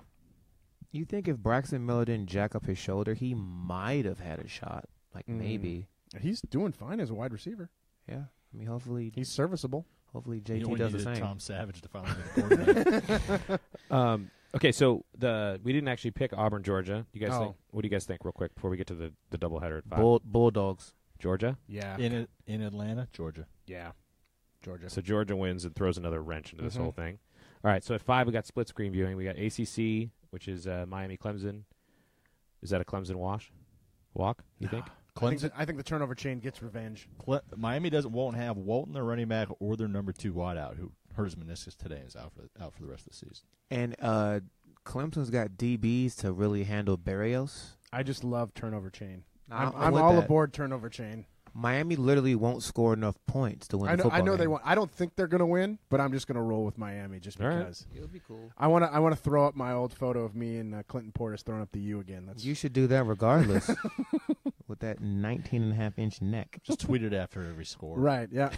A: You think if Braxton Miller didn't jack up his shoulder, he might have had a shot. Like
C: Mm.
A: maybe,
C: He's doing fine as a wide receiver.
A: yeah. I mean, hopefully,
C: He's serviceable.
A: hopefully
D: You
A: JT
D: know, we
A: does the
D: needed
A: same.
D: Tom Savage to finally be the quarterback.
B: Um, okay, so the we didn't actually pick Auburn, Georgia. You guys
C: Oh.
B: think? What do you guys think, real quick, before we get to the the doubleheader at five?
A: Bull, Bulldogs.
B: Georgia.
C: Yeah.
D: in it, in Atlanta, Georgia.
C: yeah. Georgia.
B: So Georgia wins and throws another wrench into this
C: Mhm.
B: whole thing. All right, so at five we got split screen viewing. We got ACC, which is uh, Miami, Clemson. Is that a Clemson wash? Walk? You think?
C: I think,
D: Clemson,
C: the, I think the turnover chain gets revenge.
D: Cle- Miami doesn't won't have Walton, their running back, or their number two wideout, who hurt his meniscus today and is out for out for the rest of the season.
A: And uh, Clemson's got DBs to really handle Barrios.
C: I just love turnover chain. I'm,
A: I'm- I'm
C: I'm
A: with
C: all
A: that.
C: aboard turnover chain.
A: Miami literally won't score enough points to win
C: I
A: the
C: know.
A: football
C: I know they
A: game.
C: won't. I don't think they're going to win, but I'm just going to roll with Miami just
B: All right.
C: because.
A: It'll be cool.
C: I want to. I want to throw up my old photo of me and uh, Clinton Portis throwing up the U again. That's
A: You should do that regardless. with that 19 and a half inch neck.
D: Just tweet it after every score.
C: Right. Yeah.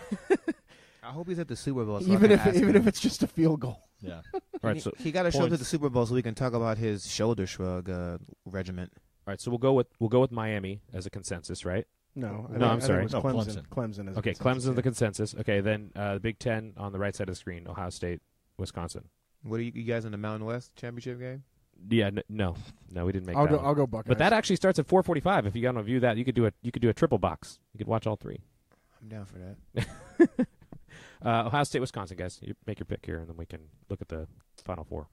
A: I hope he's at the Super Bowl. So
C: even
A: I can
C: if
A: ask
C: even
A: him.
C: if it's just a field goal.
D: Yeah.
B: All
A: he,
B: right, so all
A: got to show up to
B: points.
A: the Super Bowl so we can talk about his shoulder shrug uh, regiment.
B: right, so we'll go with we'll go with Miami as a consensus, right?
C: No. I
B: No,
C: think-
B: I'm
C: I think it
B: sorry.
C: was
D: No,
C: Clemson. Clemson is
B: Okay, Clemson's the consensus. Okay, then uh, the Big Ten on the right side of the screen: Ohio State, Wisconsin.
A: What are you, you guys in the Mountain West championship game?
B: Yeah, n- no, no, we didn't make
C: I'll
B: that.
C: go.
B: one.
C: I'll go Buckeyes.
B: But that actually starts at 4:45. If you want to view that, you could do a you could do a triple box. You could watch all three.
A: I'm down for that.
B: Uh, Ohio State, Wisconsin, guys, you make your pick here, and then we can look at the final four.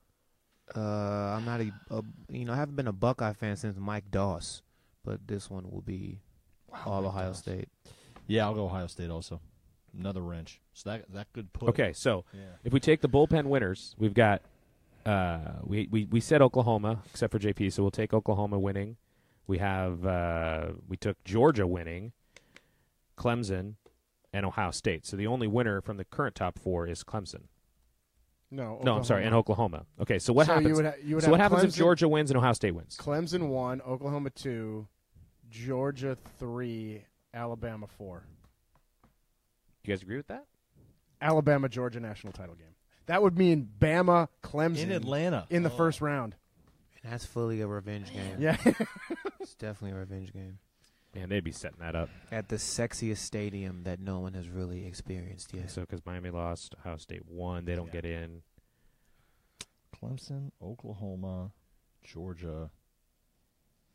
A: Uh, I'm not a, a you know I haven't been a Buckeye fan since Mike Doss, but this one will be all Ohio State.
D: Yeah, I'll go Ohio State also. Another wrench. So that that could put.
B: Okay, so
D: Yeah.
B: if we take the bullpen winners, we've got uh, we, we we said Oklahoma except for JP, so we'll take Oklahoma winning. We have uh, we took Georgia winning, Clemson, and Ohio State. So the only winner from the current top four is Clemson.
C: no.
B: No, I'm sorry, and
C: Oklahoma.
B: Oklahoma. Okay, so what
C: So
B: happens?
C: You would ha- you would
B: so what
C: have
B: happens
C: Clemson,
B: if Georgia wins and Ohio State wins?
C: Clemson one, Oklahoma two, Georgia three, Alabama four.
B: You guys agree with that?
C: Alabama Georgia national title game. That would mean Bama Clemson
D: In Atlanta.
C: in the
D: Oh.
C: first round.
A: And that's fully a revenge game.
C: Yeah.
A: It's definitely a revenge game.
B: Man, they'd be setting that up.
A: At the sexiest stadium that no one has really experienced yet.
B: So because Miami lost, Ohio State won, they don't
D: Yeah.
B: get in.
D: Clemson, Oklahoma, Georgia.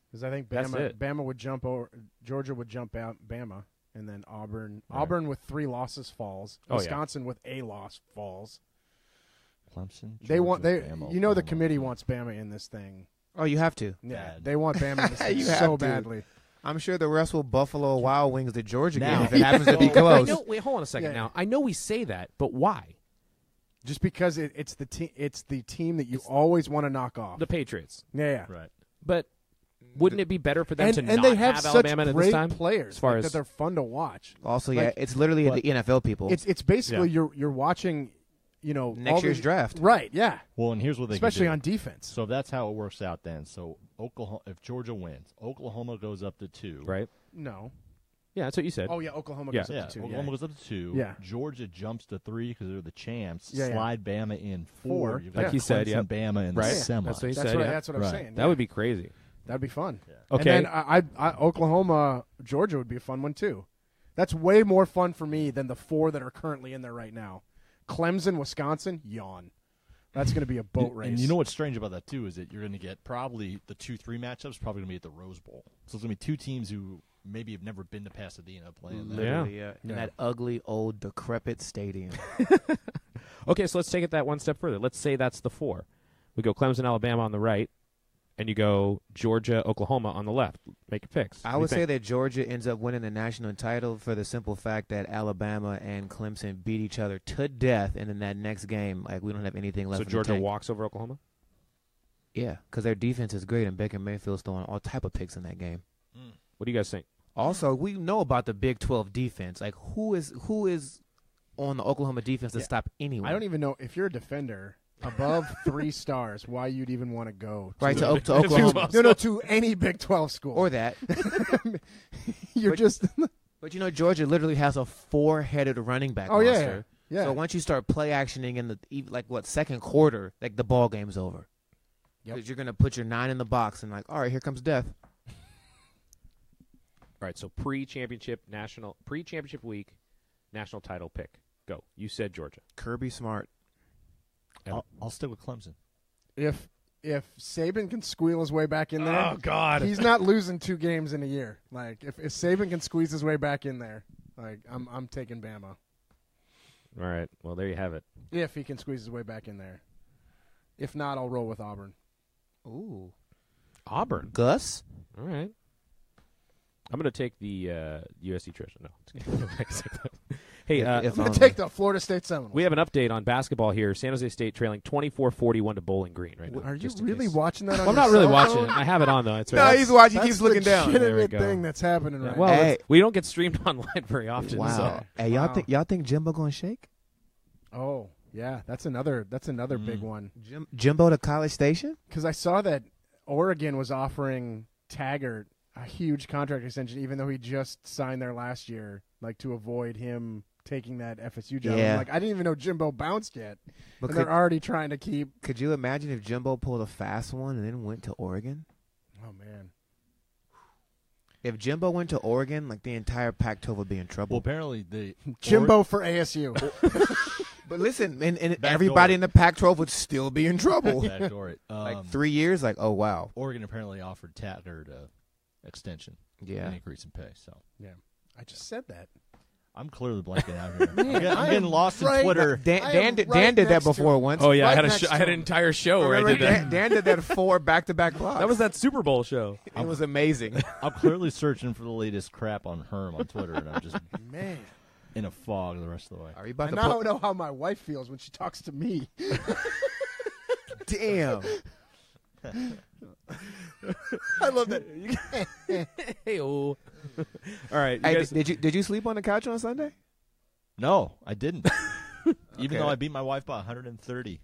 C: Because I think
B: That's
C: Bama
B: it.
C: Bama would jump over Georgia would jump out Bama and then Auburn
B: Right.
C: Auburn with three losses falls.
B: Oh, yeah.
C: Wisconsin with a loss falls.
D: Clemson.
C: they want they
D: Georgia, Bama,
C: you know the
D: Oklahoma.
C: committee wants Bama in this thing.
A: Oh, you have to.
C: Yeah.
D: Bad.
C: They want Bama in this thing
A: You
C: so
A: have to.
C: badly.
A: I'm sure the rest will Buffalo Wild Wings the Georgia
D: Now.
A: game if it happens to be
D: Oh,
B: I
A: close.
B: know, wait, hold on a second
C: Yeah.
B: now. I know we say that, but why?
C: Just because it, it's the team it's the team that you always want to knock off.
B: The Patriots.
C: yeah, yeah.
D: Right.
B: But wouldn't it be better for them
C: and
B: to
C: and
B: not
C: they have, such
B: Alabama
C: great
B: at this time?
C: players
B: as far
C: like,
B: as
C: that they're fun to watch.
A: Also, yeah,
C: Like,
A: it's literally
D: but-
A: the NFL people.
C: It's it's basically you're you're watching, you know,
A: Next
C: all
A: year's
C: these-
A: draft.
C: Right, yeah.
D: Well, and here's what they could
C: Especially
D: do.
C: on defense.
D: So if that's how it works out, then so Oklahoma, if Georgia wins, Oklahoma goes up to two.
B: right?
C: no.
B: Yeah, that's what you said.
C: Oh yeah, Oklahoma
B: Yeah.
C: goes
D: Yeah,
C: up to two.
D: Oklahoma goes up to two.
C: Yeah.
D: Georgia jumps to three because they're the champs.
C: Yeah, yeah.
D: Slide Bama in four.
C: Four.
D: You've
B: Like
D: got
B: he said,
D: Clemson,
B: yeah.
D: Bama in
B: Right.
D: the
B: Yeah.
D: semi.
B: That's what he
C: That's
B: said,
C: what,
B: yeah.
C: that's what I'm
D: Right.
C: saying.
B: That would be crazy.
C: that'd be fun.
B: Okay.
C: And then I, I, I Oklahoma Georgia would be a fun one too. That's way more fun for me than the four that are currently in there right now. Clemson, Wisconsin, yawn. That's going to be a boat
D: And-
C: race.
D: And you know what's strange about that too is that you're going to get probably the two three matchups probably going to be at the Rose Bowl. So it's going to be two teams who maybe have never been to Pasadena playing. there.
B: Yeah.
A: Literally, yeah. In that ugly, old, decrepit stadium.
B: Okay, so let's take it that one step further. Let's say that's the four. We go Clemson, Alabama on the right, and you go Georgia, Oklahoma on the left. Make your picks. What
A: I
B: do you
A: would say
B: think?
A: that Georgia ends up winning the national title for the simple fact that Alabama and Clemson beat each other to death, and in that next game, like we don't have anything left.
B: so
A: in the
B: Georgia
A: tank.
B: walks over Oklahoma.
A: Yeah, because their defense is great, and Baker Mayfield's throwing all type of picks in that game.
B: What do you guys think?
A: Also, we know about the Big Twelve defense. Like, who is who is on the Oklahoma defense to
C: Yeah.
A: stop anyone?
C: I don't even know if you're a defender above three stars, why you'd even want to go to
A: right to, O- to
B: Big
A: Oklahoma
B: Twelve.
C: no, no, to any Big Twelve school.
A: or that.
C: you're
A: but-
C: just
A: But you know, Georgia literally has a four-headed running back
C: oh yeah,
A: roster.
C: yeah, yeah.
A: So once you start play actioning in the ev- like what second quarter, like the ball game's over.
C: Yep.
A: Because you're gonna put your nine in the box and like, all right, here comes death.
B: All right, so pre-championship national pre-championship week national title pick. Go. You said Georgia.
A: Kirby Smart.
D: I'll, I'll stick with Clemson.
C: if if Saban can squeal his way back in
A: Oh,
C: there,
D: God,
C: he's not losing two games in a year. Like if, if Saban can squeeze his way back in there, like I'm I'm taking Bama
B: All right. Well, there you have it.
C: if he can squeeze his way back in there. If not, I'll roll with Auburn.
A: Ooh.
B: Auburn.
A: Gus.
B: All right. I'm gonna take the uh, USC Trojan. No. just kidding. hey, uh,
A: If- if
C: I'm gonna
A: only.
C: take the Florida State Seminole.
B: we have an update on basketball here. San Jose State trailing 24-41 to Bowling Green right now.
C: Are you
B: just in
C: really
B: case.
C: watching that? On
B: Well, I'm
C: your
B: not really
C: cell
B: watching
C: phone?
B: it. I have it on though. It's
A: No,
B: right.
A: he's watching. He
C: That's
A: keeps looking down.
C: legitimate
B: There we go.
C: thing that's happening right
B: well,
C: now.
B: it's- we don't get streamed online very often.
A: Wow.
B: So.
A: Hey, y'all
C: Wow.
A: think y'all think Jimbo gonna shake?
C: Oh yeah, that's another that's another big
D: Mm.
C: one.
A: Jimbo to College Station?
C: because I saw that Oregon was offering Taggart. a huge contract extension, even though he just signed there last year, like to avoid him taking that FSU job. I'm
A: Yeah.
C: Like I didn't even know Jimbo bounced yet,
A: But
C: and
A: could,
C: they're already trying to keep.
A: could you imagine if Jimbo pulled a fast one and then went to Oregon?
C: Oh man,
A: If Jimbo went to Oregon, like the entire Pac-12 would be in trouble.
D: Well, apparently the
C: Jimbo for ASU.
A: but listen, and, and
D: Back
A: everybody
D: door.
A: in the Pac-12 would still be in trouble.
D: that door. it, Um,
A: like three years, like oh wow,
D: Oregon apparently offered Tatler a extension
A: yeah.
D: and increase in pay. So
C: I just said that.
D: I'm clearly blanking out here. I'm
C: Man,
D: getting,
C: I
D: I'm getting
C: am
D: lost
C: right-
D: in Twitter.
A: Dan,
C: I am
A: Dan, did-
C: right
A: Dan did that
C: next to
A: before
C: him.
A: once.
B: Oh yeah, I
C: Right
B: had a
C: next
B: sh- I
C: to
B: had an
C: him.
B: entire show where I
A: Remember
B: did that.
A: Dan, Dan did that four back-to-back blocks.
B: That was that Super Bowl show.
A: It was amazing.
D: I'm clearly searching for the latest crap on Herm on Twitter, and I'm just
C: Man,
D: in a fog the rest of the way.
A: Are you about
C: and
A: to?
C: I
A: Put,
C: don't know how my wife feels when she talks to me.
A: damn.
C: I love that.
B: Hey, all right. You
A: Hey,
B: guys,
A: did you did you sleep on the couch on Sunday?
D: No, I didn't.
A: Okay.
D: Even though I beat my wife by 130.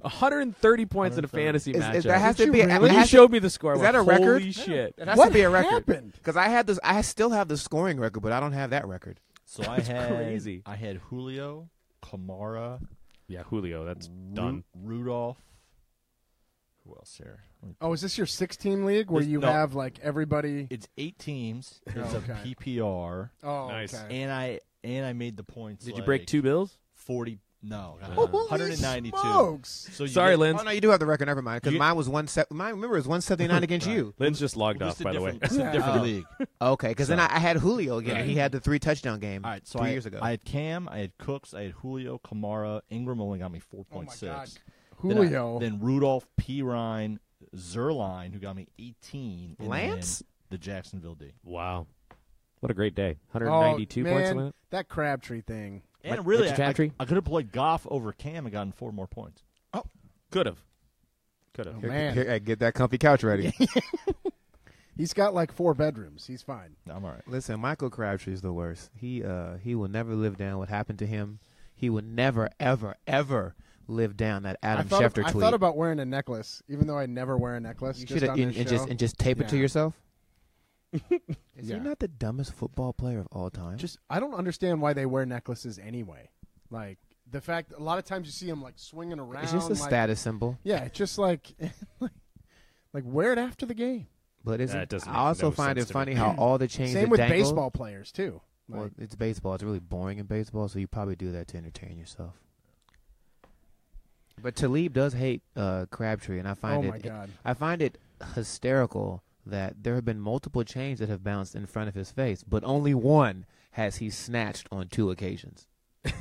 B: 130 points in a
D: 130.
B: fantasy
A: Is-
B: matchup.
A: is- that has
C: Did
A: to
C: you
A: be.
C: really?
A: That
B: when you
A: has to-
B: showed me the score, I
A: is that
B: went,
A: a record?
B: Holy shit!
A: That has
C: What
A: to be a record.
C: happened?
A: Because I had this, I still have the scoring record, but I don't have that record.
D: So I had
B: crazy.
D: I had Julio, Kamara,
B: Yeah, Julio, that's
D: Ru-
B: done.
D: Rudolph. Who else here? Let me-
C: Oh, is this your 16 league where
D: This-
C: you
D: no.
C: have like everybody?
D: It's eight teams. It's
C: Okay.
D: a PPR,
C: Oh,
B: Nice.
C: okay.
D: and I and I made the points.
B: Did you break two bills?
D: Forty? No, no, no,
C: Holy
D: 192.
C: smokes.
D: So you
B: Sorry,
D: get-
B: Lynn.
A: Oh no, you do have the record. Never mind. Because
D: You-
A: mine was one se- Mine remember it was one seventy nine against you.
B: Lynn's just logged
D: Well,
B: off,
D: this is
B: by
D: a
B: the way.
D: different- This is a
C: Oh.
D: different league.
A: Okay, because then I, I had Julio again.
D: Right.
A: He had the three touchdown game
D: All right, so
A: three
D: I,
A: years ago.
D: I had Cam, I had Cooks, I had Julio, Kamara, Ingram only got me four
C: Oh
D: point
C: my
D: six.
C: god,
D: Then I-
C: Julio.
D: Then, Rudolph, P. Ryan, Zerline, who got me 18. and
A: Lance?
D: then the Jacksonville D.
B: Wow, what a great day! 192
C: oh,
B: points.
C: man,
B: something like
C: That Crabtree thing.
D: And
B: Mitch-
D: really,
B: Mitch
D: I,
B: Trubisky?
D: could have played Goff over Cam and gotten four more points.
B: that. Could have, could have.
C: Oh, man.
A: hey, get that comfy couch ready.
C: He's got like four bedrooms. He's fine.
D: I'm all right.
A: Listen, Michael Crabtree is the worst. He uh he will never live down what happened to him. He will never, ever, ever live down that Adam
C: I thought,
A: Schefter
C: I
A: tweet.
C: thought about wearing a necklace, even though I never wear a necklace.
A: you
C: just
A: should
C: on
A: and,
C: this
A: and just
C: show.
A: and just tape it to
C: Yeah.
A: yourself. is
C: Yeah.
A: he not the dumbest football player of all time?
C: Just- I don't understand why they wear necklaces anyway. Like the fact, a lot of times you see them like swinging around.
A: it's just a
C: like-
A: status symbol.
C: Yeah, it's just like, like, wear it after the game.
A: But isn't,
B: it doesn't
A: I
B: make
A: also
B: no
A: find it
B: sense to me.
A: funny how all the chains
C: Same
A: are
C: with
A: dangled.
C: baseball players too. Like,
A: Well, it's baseball. It's really boring in baseball, so you probably do that to entertain yourself. But Talib does hate uh, Crabtree, and I
C: oh
A: find
C: my
A: it
C: god,
A: I find it hysterical that there have been multiple chains that have bounced in front of his face, but only one has he snatched on two occasions.
B: Oh.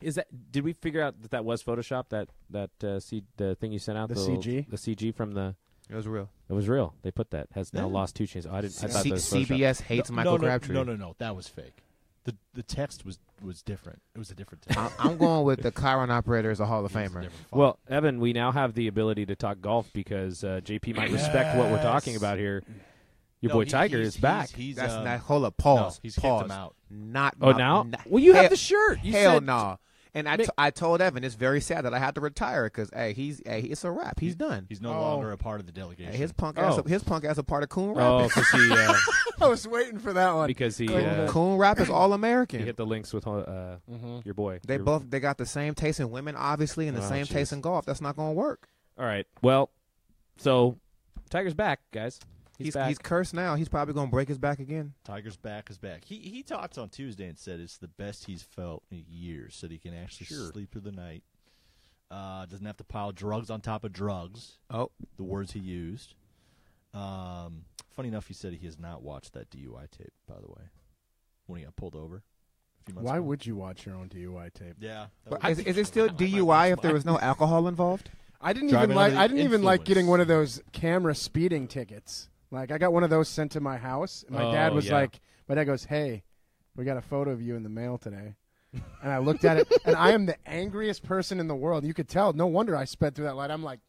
B: Is that? Did we figure out that that was Photoshop? That that uh, C, the thing you sent out
C: The CG?
B: the CG from the
A: It was real.
B: it was real. They put that has now
D: Yeah.
B: lost two chains. Oh, I didn't. I thought
A: C-
B: that was Photoshop.
A: CBS hates
D: no,
A: Michael
D: no, no,
A: Crabtree.
D: No, no, no. That was fake. The the text was, was different. It was a different text.
A: I- I'm going with the Chiron operator as a Hall of
D: It was a
A: Famer.
D: different font.
B: Well, Evan, we now have the ability to talk golf because uh, JP might respect what we're talking about here. Your
D: No,
B: boy
D: he-
B: Tiger
D: he's-
B: is back.
D: He's, he's,
A: That's
D: um,
A: not. Hold up.
D: no,
A: Pause.
D: he's kicked
A: pause.
D: him out.
A: Not.
B: oh,
A: my-
B: now
A: not-
B: well, you have
A: hell-
B: the shirt. You
A: hell
B: said-
A: no. And I,
B: Ma-
A: t- I told Evan it's very sad that I had to retire because hey he's hey it's a wrap he's done
D: He's no
C: Oh.
D: longer a part of the
A: Hey,
D: delegation.
A: his punk ass
B: Oh.
A: his punk ass a part of Coon Rap
B: Oh, 'cause he, uh,
C: I was waiting for that one.
B: because he
C: Cool.
B: uh,
A: Coon Rap is all
B: he
A: American
B: hit the links with uh,
A: Mm-hmm.
B: your boy.
A: They
B: Your-
A: both they got the same taste in women, obviously, and the
B: Oh,
A: same
B: jeez.
A: taste in golf. That's not gonna work.
B: All right. Well, so Tiger's back, guys. He's,
A: He's he's,
B: back.
A: cursed now. He's probably gonna break his back again.
D: Tiger's back is back. He he talked on Tuesday and said it's the best he's felt in years. Said he can actually
A: Sure.
D: sleep through the night. Uh, doesn't have to pile drugs on top of drugs.
A: Oh,
D: The words he used. Um, funny enough, he said he has not watched that DUI tape. By the way, when he got pulled over. A few months
C: Why
D: ago.
C: would you watch your own DUI tape?
D: Yeah. that
A: but
D: was-
A: is, is it still DUI if there was no alcohol involved?
C: I didn't
D: Driving
C: even like.
D: under the
C: I didn't even like
D: influence.
C: getting one of those camera speeding tickets. Like I got one of those sent to my house. And my dad
B: Oh,
C: was
B: yeah.
C: like, my dad goes, "Hey, we got a photo of you in the mail today." And I looked at it, and I am the angriest person in the world. You could tell. No wonder I sped through that light. I'm like,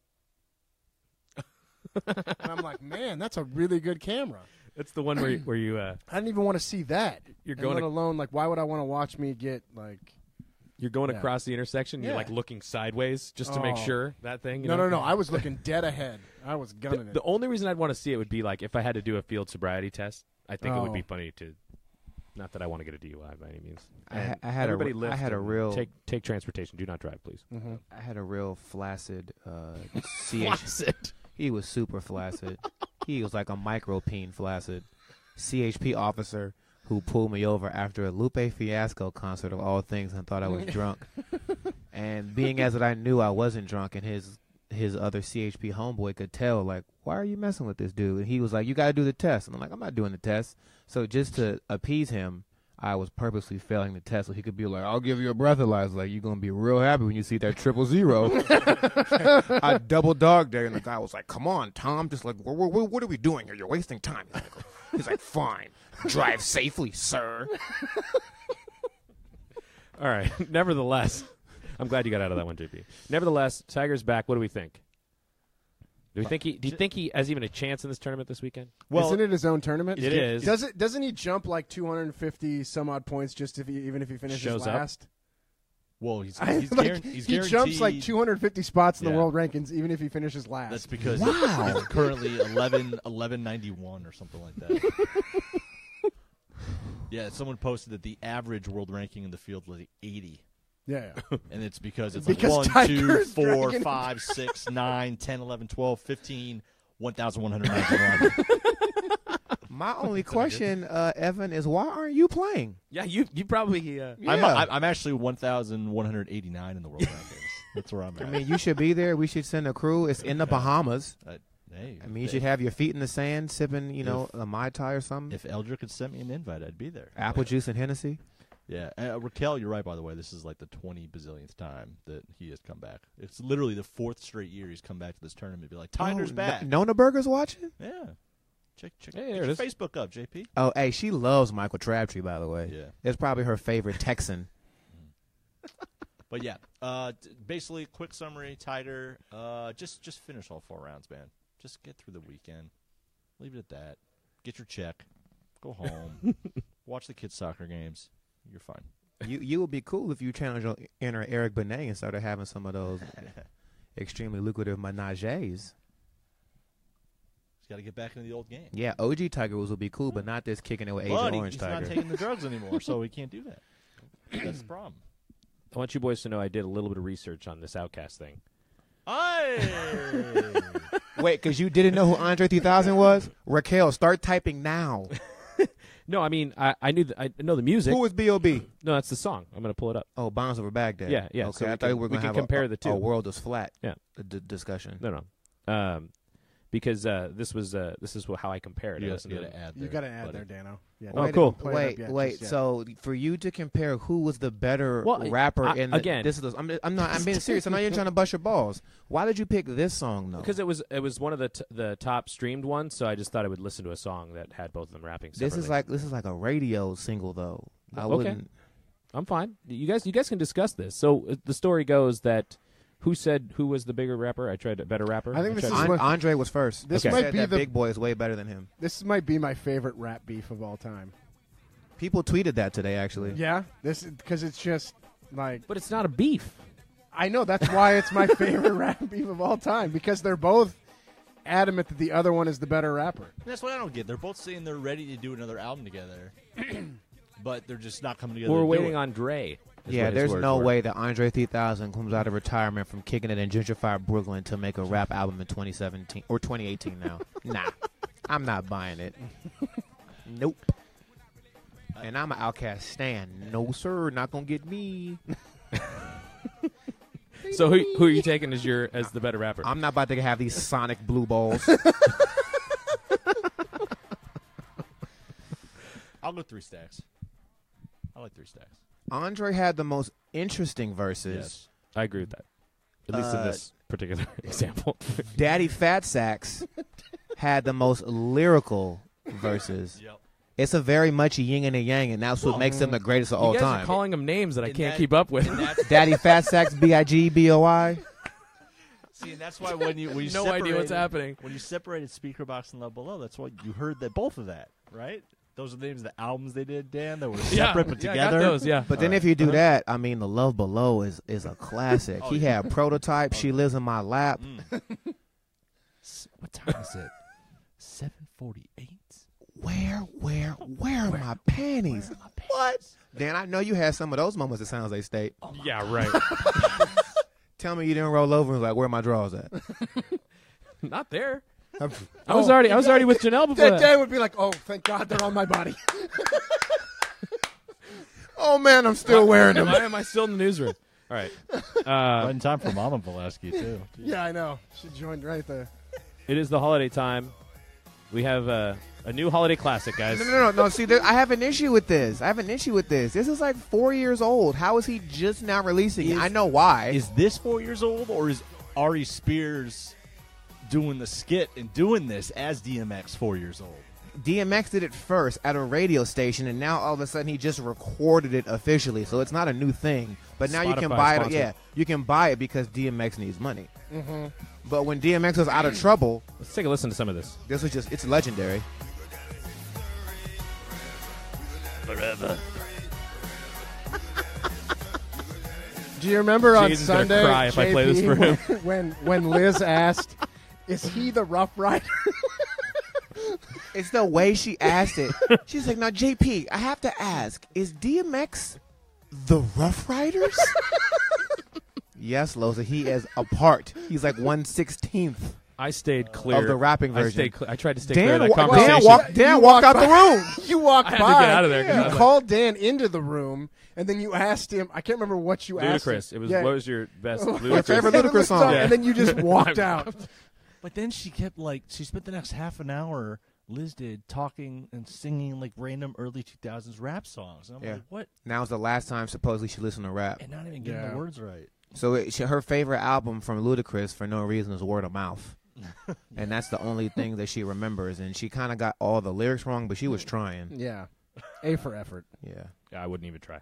C: and I'm like, man, that's a really good camera.
B: That's the one where you, where you uh,
C: I didn't even want to see that.
B: You're
C: And
B: going
C: let
B: to-
C: alone like, why would I want to watch me get like
B: You're going
C: Yeah.
B: across the intersection. You're
C: Yeah.
B: like looking sideways just to make
C: Oh.
B: sure that thing. you
C: No,
B: know?
C: no, no. I was looking dead ahead. I was
B: The,
C: gunning it.
B: the only reason I'd want to see it would be like if I had to do a field sobriety test. I think it would
C: Oh.
B: be funny to. Not that I want to get a DUI by any means.
A: I, ha-
B: And
A: I had a
B: everybody
A: re- I
B: lift
A: had a
B: and
A: real
B: take take transportation. Do not drive, please.
C: Mhm.
A: I had a real flaccid uh, CH. He was super flaccid. he was like a micropene flaccid CHP officer who pulled me over after a Lupe Fiasco concert of all things and thought I was drunk. and being as that I knew I wasn't drunk and his his other CHP homeboy could tell like, "Why are you messing with this dude?" And he was like, "You got to do the test." And I'm like, "I'm not doing the test." So just to appease him, I was purposely failing the test so he could be like, "I'll give you a breathalyzer. Like you're gonna be real happy when you see that triple zero. I double dog there, and the guy was like, "Come on, Tom, just like what, what, what are we doing here? You're wasting time." He's like, "Fine, drive safely, sir."
B: All right. Nevertheless, I'm glad you got out of that one, JP. Nevertheless, Tiger's back. What do we think? Do we think he? Do you think he has even a chance in this tournament this weekend?
D: Well,
C: Isn't it his own tournament?
B: It is.
C: Does it? Doesn't he jump like 250 some odd points just if he, even if he finishes
B: Shows up.
C: last?
D: Well, he's,
C: I-
D: he's,
C: like,
D: guaran- he's
C: he jumps like
D: guaranteed-
C: 250 spots in
B: Yeah.
C: the world rankings even if he finishes last.
D: That's because
A: Wow.
D: he's currently 11, 1191 or something like that. yeah, someone posted that the average world ranking in the field was 80.
C: yeah. yeah.
D: And it's because it's
C: Because
D: like 1, two,
C: Tiger's
D: four,
C: dragging him
D: five, six, nine, 10, 11, 12, 15, 1,191.
A: My only question, uh, Evan, is why aren't you playing?
B: Yeah, you you probably. Uh,
D: I'm,
A: Yeah.
D: I'm- I'm actually 1,189 in the world rankings. That's where I'm at.
A: I mean, you should be there. We should send a crew. It's in the Bahamas.
D: I- hey,
A: I mean, you should have your feet in the sand, sipping, you know, a mai tai or something,
D: If Eldrick had sent me an invite, I'd be there.
A: Mm-hmm. apple juice and Hennessy.
D: Yeah, uh, Raquel, you're right. By the way, this is like the twenty bazillionth time that he has come back. It's literally the fourth straight year he's come back to this tournament. and Be like, Tinder's
A: Oh,
D: back.
A: N- Nona Burger's watching.
D: Yeah, check check
B: Hey,
D: get
B: there it
D: your
B: is.
D: Facebook up, JP.
A: Oh, hey, she loves Michael Crabtree, by the way.
D: Yeah.
A: it's probably her favorite Texan.
D: But yeah, uh, t- basically, quick summary, Tiger. Uh, just just finish all four rounds, man. Just get through the weekend. Leave it at that. Get your check. Go home. watch the kids' soccer games. You're fine.
A: you you would be cool if you challenged your inner Eric Benet and started having some of those extremely lucrative menages.
D: He's got to get back into the old game.
A: Yeah, OG Tiger Woods would be cool, but not this kicking it with Asian
D: but he-
A: Orange
D: he's
A: Tiger.
D: not taking the drugs anymore, so he can't do that. That's the problem.
B: I want you boys to know I did a little bit of research on this Outcast thing.
D: I
A: Wait, because you didn't know who Andre 3000 was? Raquel, start typing now.
B: No, I mean I, I knew the, I know the music.
A: who is B.O.B.?
B: no, that's the song. I'm gonna pull it up.
A: Oh, Bombs Over Baghdad.
B: Yeah, yeah,
A: Okay,
B: so we
A: I thought
B: can-
A: we were
B: we
A: going
B: can
A: to have
B: compare
A: a,
B: the
A: a-
B: two.
A: a world is flat
B: Yeah.
A: uh, d- discussion.
B: No, no, um, because uh, this was uh, this is wh- how I compare it. I
D: you got
B: listened to
D: to
B: the-
D: add.
C: You got
D: got
C: to add there, Dano. Yeah,
B: Oh,
C: Wait,
B: cool.
C: play it up
A: Wait,
C: yet,
A: wait.
C: just yet.
A: So for you to compare who was the better
B: Well, I-
A: rapper
B: I-
A: in the,
B: again-
A: this is I'm, I'm not I'm being serious. I'm not even trying to bust your balls. Why did you pick this song though?
B: Because it was it was one of the t- the top streamed ones, so I just thought I would listen to a song that had both of them rapping.
A: This is
B: separately.
A: like this is like a radio single though. I
B: Okay.
A: wouldn't.
B: I'm fine. You guys, you guys can discuss this. So uh, the story goes that who said who was the bigger rapper? I tried a better rapper.
C: I think this
B: tried-
C: is-
A: An-
C: what-
A: Andre was first.
C: This
A: He
C: might
A: said
C: be
A: that
C: the-
A: Big Boy is way better than him.
C: This might be my favorite rap beef of all time.
A: People tweeted that today actually.
C: Yeah, this because it's just like
B: but it's not a beef.
C: I know that's why it's my favorite rap beef of all time because they're both adamant that the other one is the better rapper.
D: That's what I don't get. They're both saying they're ready to do another album together, but they're just not coming together.
B: We're
D: to do
B: waiting
D: it.
B: on Dre. is
A: Yeah,
B: what his
A: there's
B: words
A: no
B: were.
A: way that Andre 3000 comes out of retirement from kicking it in gentrified Brooklyn to make a rap album in 2017 or 2018 now. nah, I'm not buying it. nope. And I'm an outcast stan. No sir, not gonna get me.
B: So who who are you taking as your as the better rapper?
A: I'm not about to have these sonic blue balls.
D: I'll go three stacks. I like three stacks.
A: Andre had the most interesting verses.
D: Yes.
B: I agree with that. At least in
A: Uh,
B: this particular example.
A: Daddy Fat Sacks had the most lyrical verses.
D: Yep.
A: It's a very much a yin and a yang, and that's what makes them the greatest of all
B: you guys
A: time.
B: are calling them names that I
D: And
B: can't
D: that-
B: keep up with.
D: And that's,
A: Daddy Fat Sacks, B I G B O I.
D: see, and that's why when you when you
B: no idea what's
D: separated-
B: happening.
D: when you separated speaker box and love below, that's why you heard that both of that, right? Those are the names of the albums they did, Dan. That were
B: Yeah.
D: separate but
B: Yeah, I got
D: together.
B: those, yeah.
A: But then
D: Alright.
A: if you do that, I mean, The Love Below is is a classic.
D: Uh-huh. Oh,
A: he
D: yeah. Mm.
A: had Prototype, She Lives in My Lap.
D: S- What time is it? Seven forty-eight.
A: Where, where, where are my panties? What? Dan, I know you had some of those moments at San Jose State.
D: Oh.
B: yeah, right.
A: Tell me you didn't roll over and was like, where are my drawers at?
B: Not there.
A: I'm-
B: I was already I was already with Janelle before that.
C: That day would be like, oh, thank God they're on my body.
A: oh man, I'm still wearing them.
B: Why am I still in the newsroom? All right.
D: Right
B: Uh,
D: in time for Mama Valesky too.
C: yeah, I know. She joined right there.
B: it is the holiday time. We have uh, a new holiday classic, guys.
A: No, no, no, no. See, there, I have an issue with this. I have an issue with this. This is like four years old. How is he just now releasing it?
D: Is-
A: I know why.
D: Is this four years old, or is Ari Spears doing the skit and doing this as DMX four years old?
A: DMX did it first at a radio station, and now all of a sudden he just recorded it officially. So it's not a new thing. But now you can
B: Spotify
A: buy it.
B: sponsored.
A: Yeah, you can buy it because DMX needs money. But when DMX was out of trouble,
B: Let's take a listen to some of this.
A: this was just—it's legendary.
C: Do you remember on
B: Jaden's gonna
C: Sunday?
B: cry if I play this
C: JP,
B: for him.
C: When, when when Liz asked, "Is he the Rough Rider?"
A: It's the way she asked it. She's like, "Now, JP, I have to ask: Is DMX the Rough Riders?" yes, Loza. He is a part. He's like one sixteenth.
B: I stayed clear
A: Of the rapping
B: I,
A: version.
B: stayed cl- I tried to stay clear of
A: Dan,
B: that
A: wa-
B: conversation.
A: Dan walked. Dan
C: You
A: walked out
C: walked
A: the room.
C: you walked
B: I had to
C: by.
B: get out of there 'cause I
C: You
B: was like-
C: called Dan into the room, and then you asked him. I can't remember what you asked. him.
B: Ludacris. It was
C: Yeah.
B: what was your best
A: Your
B: Ludacris?
A: favorite Ludacris song.
B: Yeah.
C: And then you just walked out.
D: But then she kept like she spent the next half an hour. Liz did talking and singing like random early two thousands rap songs. And I'm
A: Yeah.
D: like, what?
A: Now's the last time supposedly she listened to rap.
D: And not even getting
C: Yeah.
D: the words right.
A: So it, she, her favorite album from Ludacris for no reason is Word of Mouth. And that's the only thing that she remembers. And she kind of got all the lyrics wrong, but she was trying.
C: Yeah, A for effort.
A: Yeah.
B: I wouldn't even try,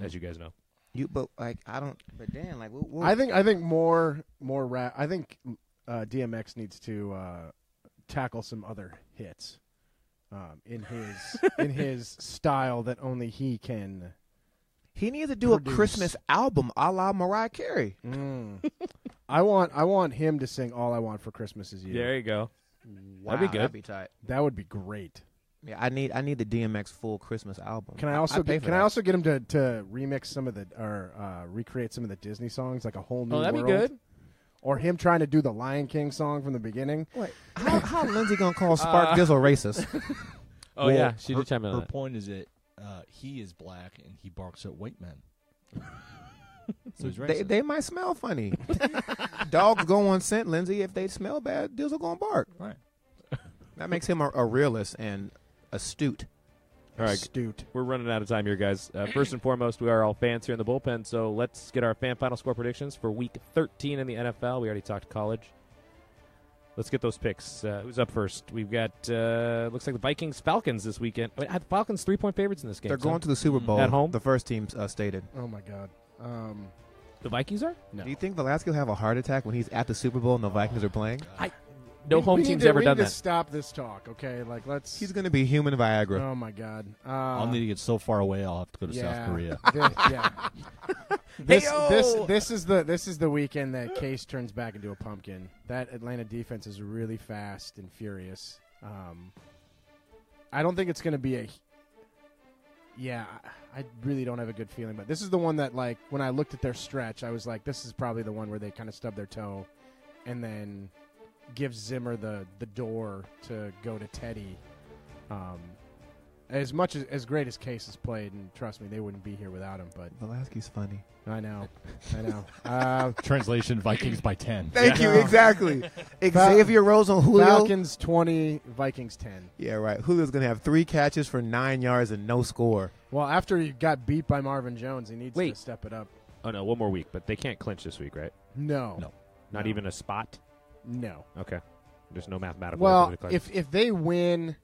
B: as you guys know.
A: You, but like, I don't, but Dan, like, what, what-
C: I think I think more more rap. I think uh, DMX needs to uh, tackle some other hits um, in his in his style that only he can.
A: he needs to do a
C: Produce.
A: Christmas album a la Mariah Carey.
C: Mm, I want I want him to sing "All I Want for Christmas Is You."
B: There you go.
A: Wow,
B: That'd be good.
A: That'd be tight.
C: That would be great.
A: Yeah, I need, I need the DMX full Christmas album.
C: Can I also
A: I'd pay
C: get,
A: for
C: can
A: that.
C: I also get him to, to remix some of the or uh, recreate some of the Disney songs like a whole new
B: Oh, that'd
C: world
B: be good.
C: or him trying to do the Lion King song from the beginning.
A: Wait, how, how Lindsay gonna call Spark Dizzle racist?
B: Oh yeah, she did chime in
D: Her
B: on that.
D: point is that uh, he is black and he barks at white men. so he's
A: They,
D: racist.
A: they might smell funny. Dogs go on scent, Lindsay. If they smell bad, Dizzle gonna bark.
D: right.
A: That makes him a, a realist and astute.
B: All right,
C: Astute.
B: we're running out of time here, guys. Uh, first and foremost, we are all fans here in the bullpen, so let's get our fan final score predictions for Week 13 in the NFL. We already talked college. Let's get those picks. Uh, who's up first? We've got uh, looks like the Vikings Falcons this weekend. Wait, had Falcons three point favorites in this game.
A: They're
B: son?
A: going to the Super Bowl
B: Mm-hmm. At home?
A: The first team's uh, stated.
C: Oh my god. Um,
B: the Vikings are
C: no.
A: Do you think Velasquez will have a heart attack when he's at the Super Bowl and the Vikings are playing?
B: no
C: We-
B: home
C: we
B: team's
C: need to,
B: ever
C: we
B: done
C: need
B: that.
C: To stop this talk, okay? Like let's.
A: He's going to be human Viagra.
C: oh my god. Uh,
D: I'll need to get so far away. I'll have to go to
C: yeah.
D: South Korea.
C: Thi- yeah. This,
A: Heyo!
C: this this is the this is the weekend that Case turns back into a pumpkin. That Atlanta defense is really fast and furious. Um, I don't think it's going to be a. Yeah, I I really don't have a good feeling, but this is the one that like when I looked at their stretch, I was like, this is probably the one where they kind of stub their toe, and then gives Zimmer the the door to go to Teddy. Um, as much as as great as Case has played, and trust me, they wouldn't be here without him. But
A: Velasquez funny.
C: I know, I know. Uh,
D: Translation: Vikings by ten.
A: Thank you.
C: No.
A: Exactly. Xavier Rose on Julio.
C: Falcons twenty, Vikings ten.
A: Yeah, right. Julio's going to have three catches for nine yards and no score.
C: Well, after he got beat by Marvin Jones, he needs
B: Wait.
C: to step it up.
B: Oh no, one more week, but they can't clinch this week, right?
C: No,
D: No.
B: Not
C: No.
B: even a spot.
C: no.
B: Okay, there's no mathematical.
C: Well,
B: way to clinch.
C: if if they win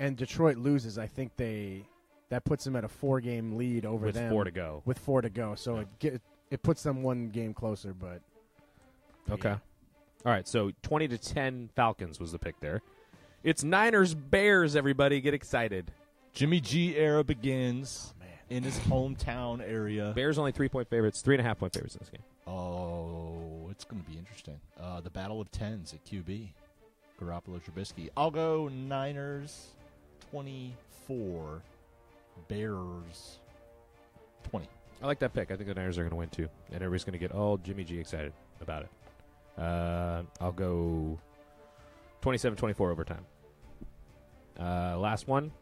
C: and Detroit loses, I think they that puts them at a four game lead over
B: with
C: them
B: four to go.
C: with four to go. So it get, it puts them one game closer, but
B: Okay. All right, so 20 to 10 Falcons was the pick there. It's Niners Bears everybody get excited.
D: Jimmy G era begins in his hometown area.
B: Bears only three point favorites, three and a half point favorites in this game.
D: Oh, it's going to be interesting. Uh, the Battle of Tens at QB. Garoppolo Trubisky. I'll go Niners 24, Bears 20.
B: I like that pick. I think the Niners are going to win too, and everybody's going to get all Jimmy G excited about it. Uh, I'll go 27-24 overtime. Uh, last one,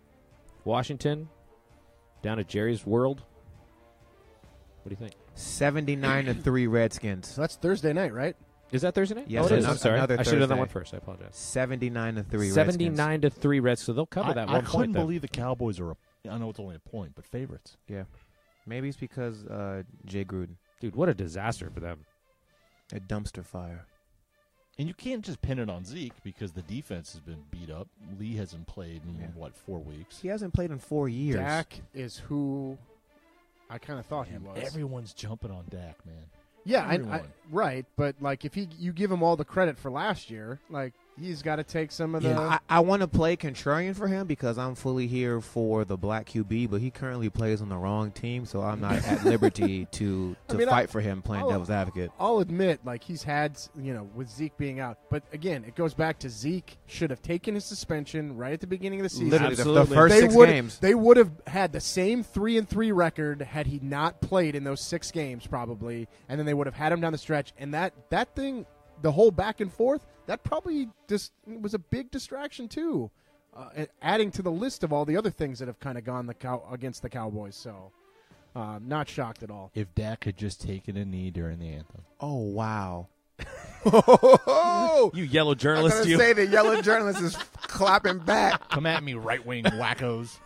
B: Washington down at Jerry's World. What do you think?
A: Seventy-nine to three Redskins.
C: So that's Thursday night, right?
B: Is that Thursday night?
A: Yes,
B: oh, it is.
A: another-
B: I'm sorry.
A: another
B: I should have done that
A: Thursday.
B: one first. I apologize.
A: Seventy-nine to three. Redskins.
B: Seventy-nine to three Reds, so they'll cover
D: I,
B: that
D: I
B: one
D: couldn't
B: point. though.
D: believe the Cowboys are, a, I know it's only a point, but favorites.
A: Maybe it's because uh, Jay Gruden,
B: Dude, what a disaster for them.
A: a dumpster fire.
D: And you can't just pin it on Zeke because the defense has been beat up. Lee hasn't played in,
A: Yeah.
D: what, four weeks?
A: He hasn't played in four years.
C: Dak is who I kind of thought he
D: And
C: was.
D: Everyone's jumping on Dak, man.
C: yeah, I, I,
D: everyone.
C: right. But like, if he you give him all the credit for last year, like he's got to take some of the.
A: Yeah, I, I want to play contrarian for him because I'm fully here for the black QB, but he currently plays on the wrong team, so I'm not at liberty to
C: I
A: to
C: mean, I-
A: fight for him playing
C: I'll-
A: devil's advocate.
C: I'll admit, like he's had, you know, with Zeke being out. But again, it goes back to Zeke should have taken his suspension right at the beginning of the season.
A: Literally, the, the
B: Absolutely.
A: first
C: they
A: six
C: would
A: games.
C: they would have had the same three and three record had he not played in those six games probably, and then they would have had him down the stretch. And that that thing, the whole back and forth, that probably just was a big distraction too, uh, and adding to the list of all the other things that have kind of gone the cow against the Cowboys. So, uh, not shocked at all.
D: If Dak had just taken a knee during the anthem.
A: Oh wow!
B: You yellow journalist, you.
A: the yellow journalist is clapping back.
D: Come at me, right wing wackos.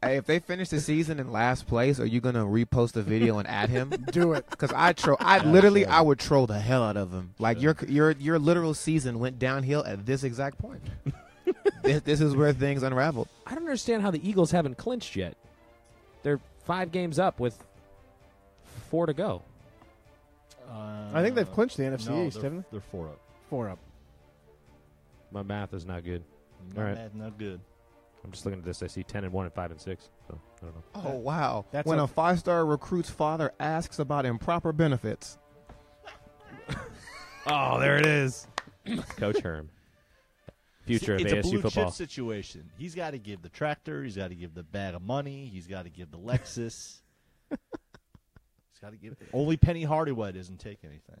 A: Hey, if they finish the season in last place, are you gonna repost the video and add him?
C: Do it.
A: Because I troll, I literally, I would troll the hell out of him. Like your your your literal season went downhill at this exact point. this, this is where things unraveled.
B: I don't understand how the Eagles haven't clinched yet. They're five games up with four to go.
D: Uh,
C: I think they've clinched the NFC
D: no,
C: East,
D: they're,
C: haven't they?
D: They're four up.
C: Four up.
B: My math is not good.
D: Not
B: All right.
D: bad, not good.
B: I'm just looking at this. I see ten and one and five and six. So I don't know.
A: Oh wow!
C: That's
A: when
C: a-
A: a five star recruit's father asks about improper benefits.
B: Oh, there it is. Coach Herm, future
D: it's
B: of
D: a blue
B: ASU football.
D: chip situation. He's got to give the tractor. He's got to give the bag of money. He's got to give the Lexus. he's got to give. Only Penny Hardaway doesn't take anything.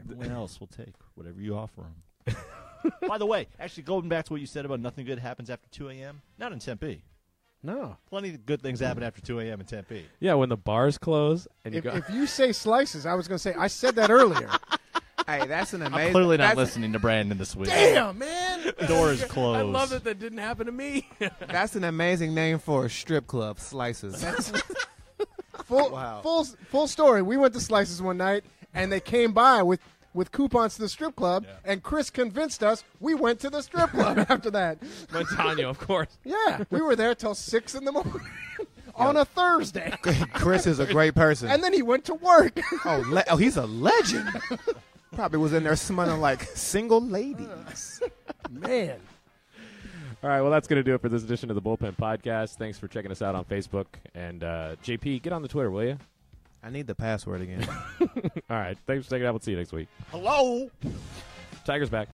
D: Everyone else will take whatever you offer him. By the way, actually, going back to what you said about nothing good happens after 2 a.m. Not in Tempe.
C: No.
D: Plenty of good things happen after 2 a.m. in Tempe.
B: Yeah, when the bars close and you
C: If,
B: go.
C: if you say slices, I was going to say I said that earlier.
A: Hey, that's an amazing.
D: I'm clearly not
A: that's,
D: listening to Brandon this week.
C: Damn, man.
D: Door is closed.
B: that didn't happen to me.
A: That's an amazing name for a strip club. Slices.
C: Full,
A: Wow.
C: full, full story. We went to Slices one night, and they came by with with coupons to the strip club,
D: Yeah.
C: and Chris convinced us we went to the strip club after that.
B: Montano, of course.
C: Yeah, we were there till six in the morning on a Thursday,
A: Chris is a great person.
C: and then he went to work.
A: oh, le- oh, he's a legend. Probably was in there smelling like single
C: Uh.
A: ladies.
C: Man,
B: All right, well, that's going to do it for this edition of the Bullpen Podcast. Thanks for checking us out on Facebook. And uh, JP, get on the Twitter, will you?
A: I need the password again.
B: All right, thanks for checking out. We'll see you next week.
D: Hello.
B: Tigers back.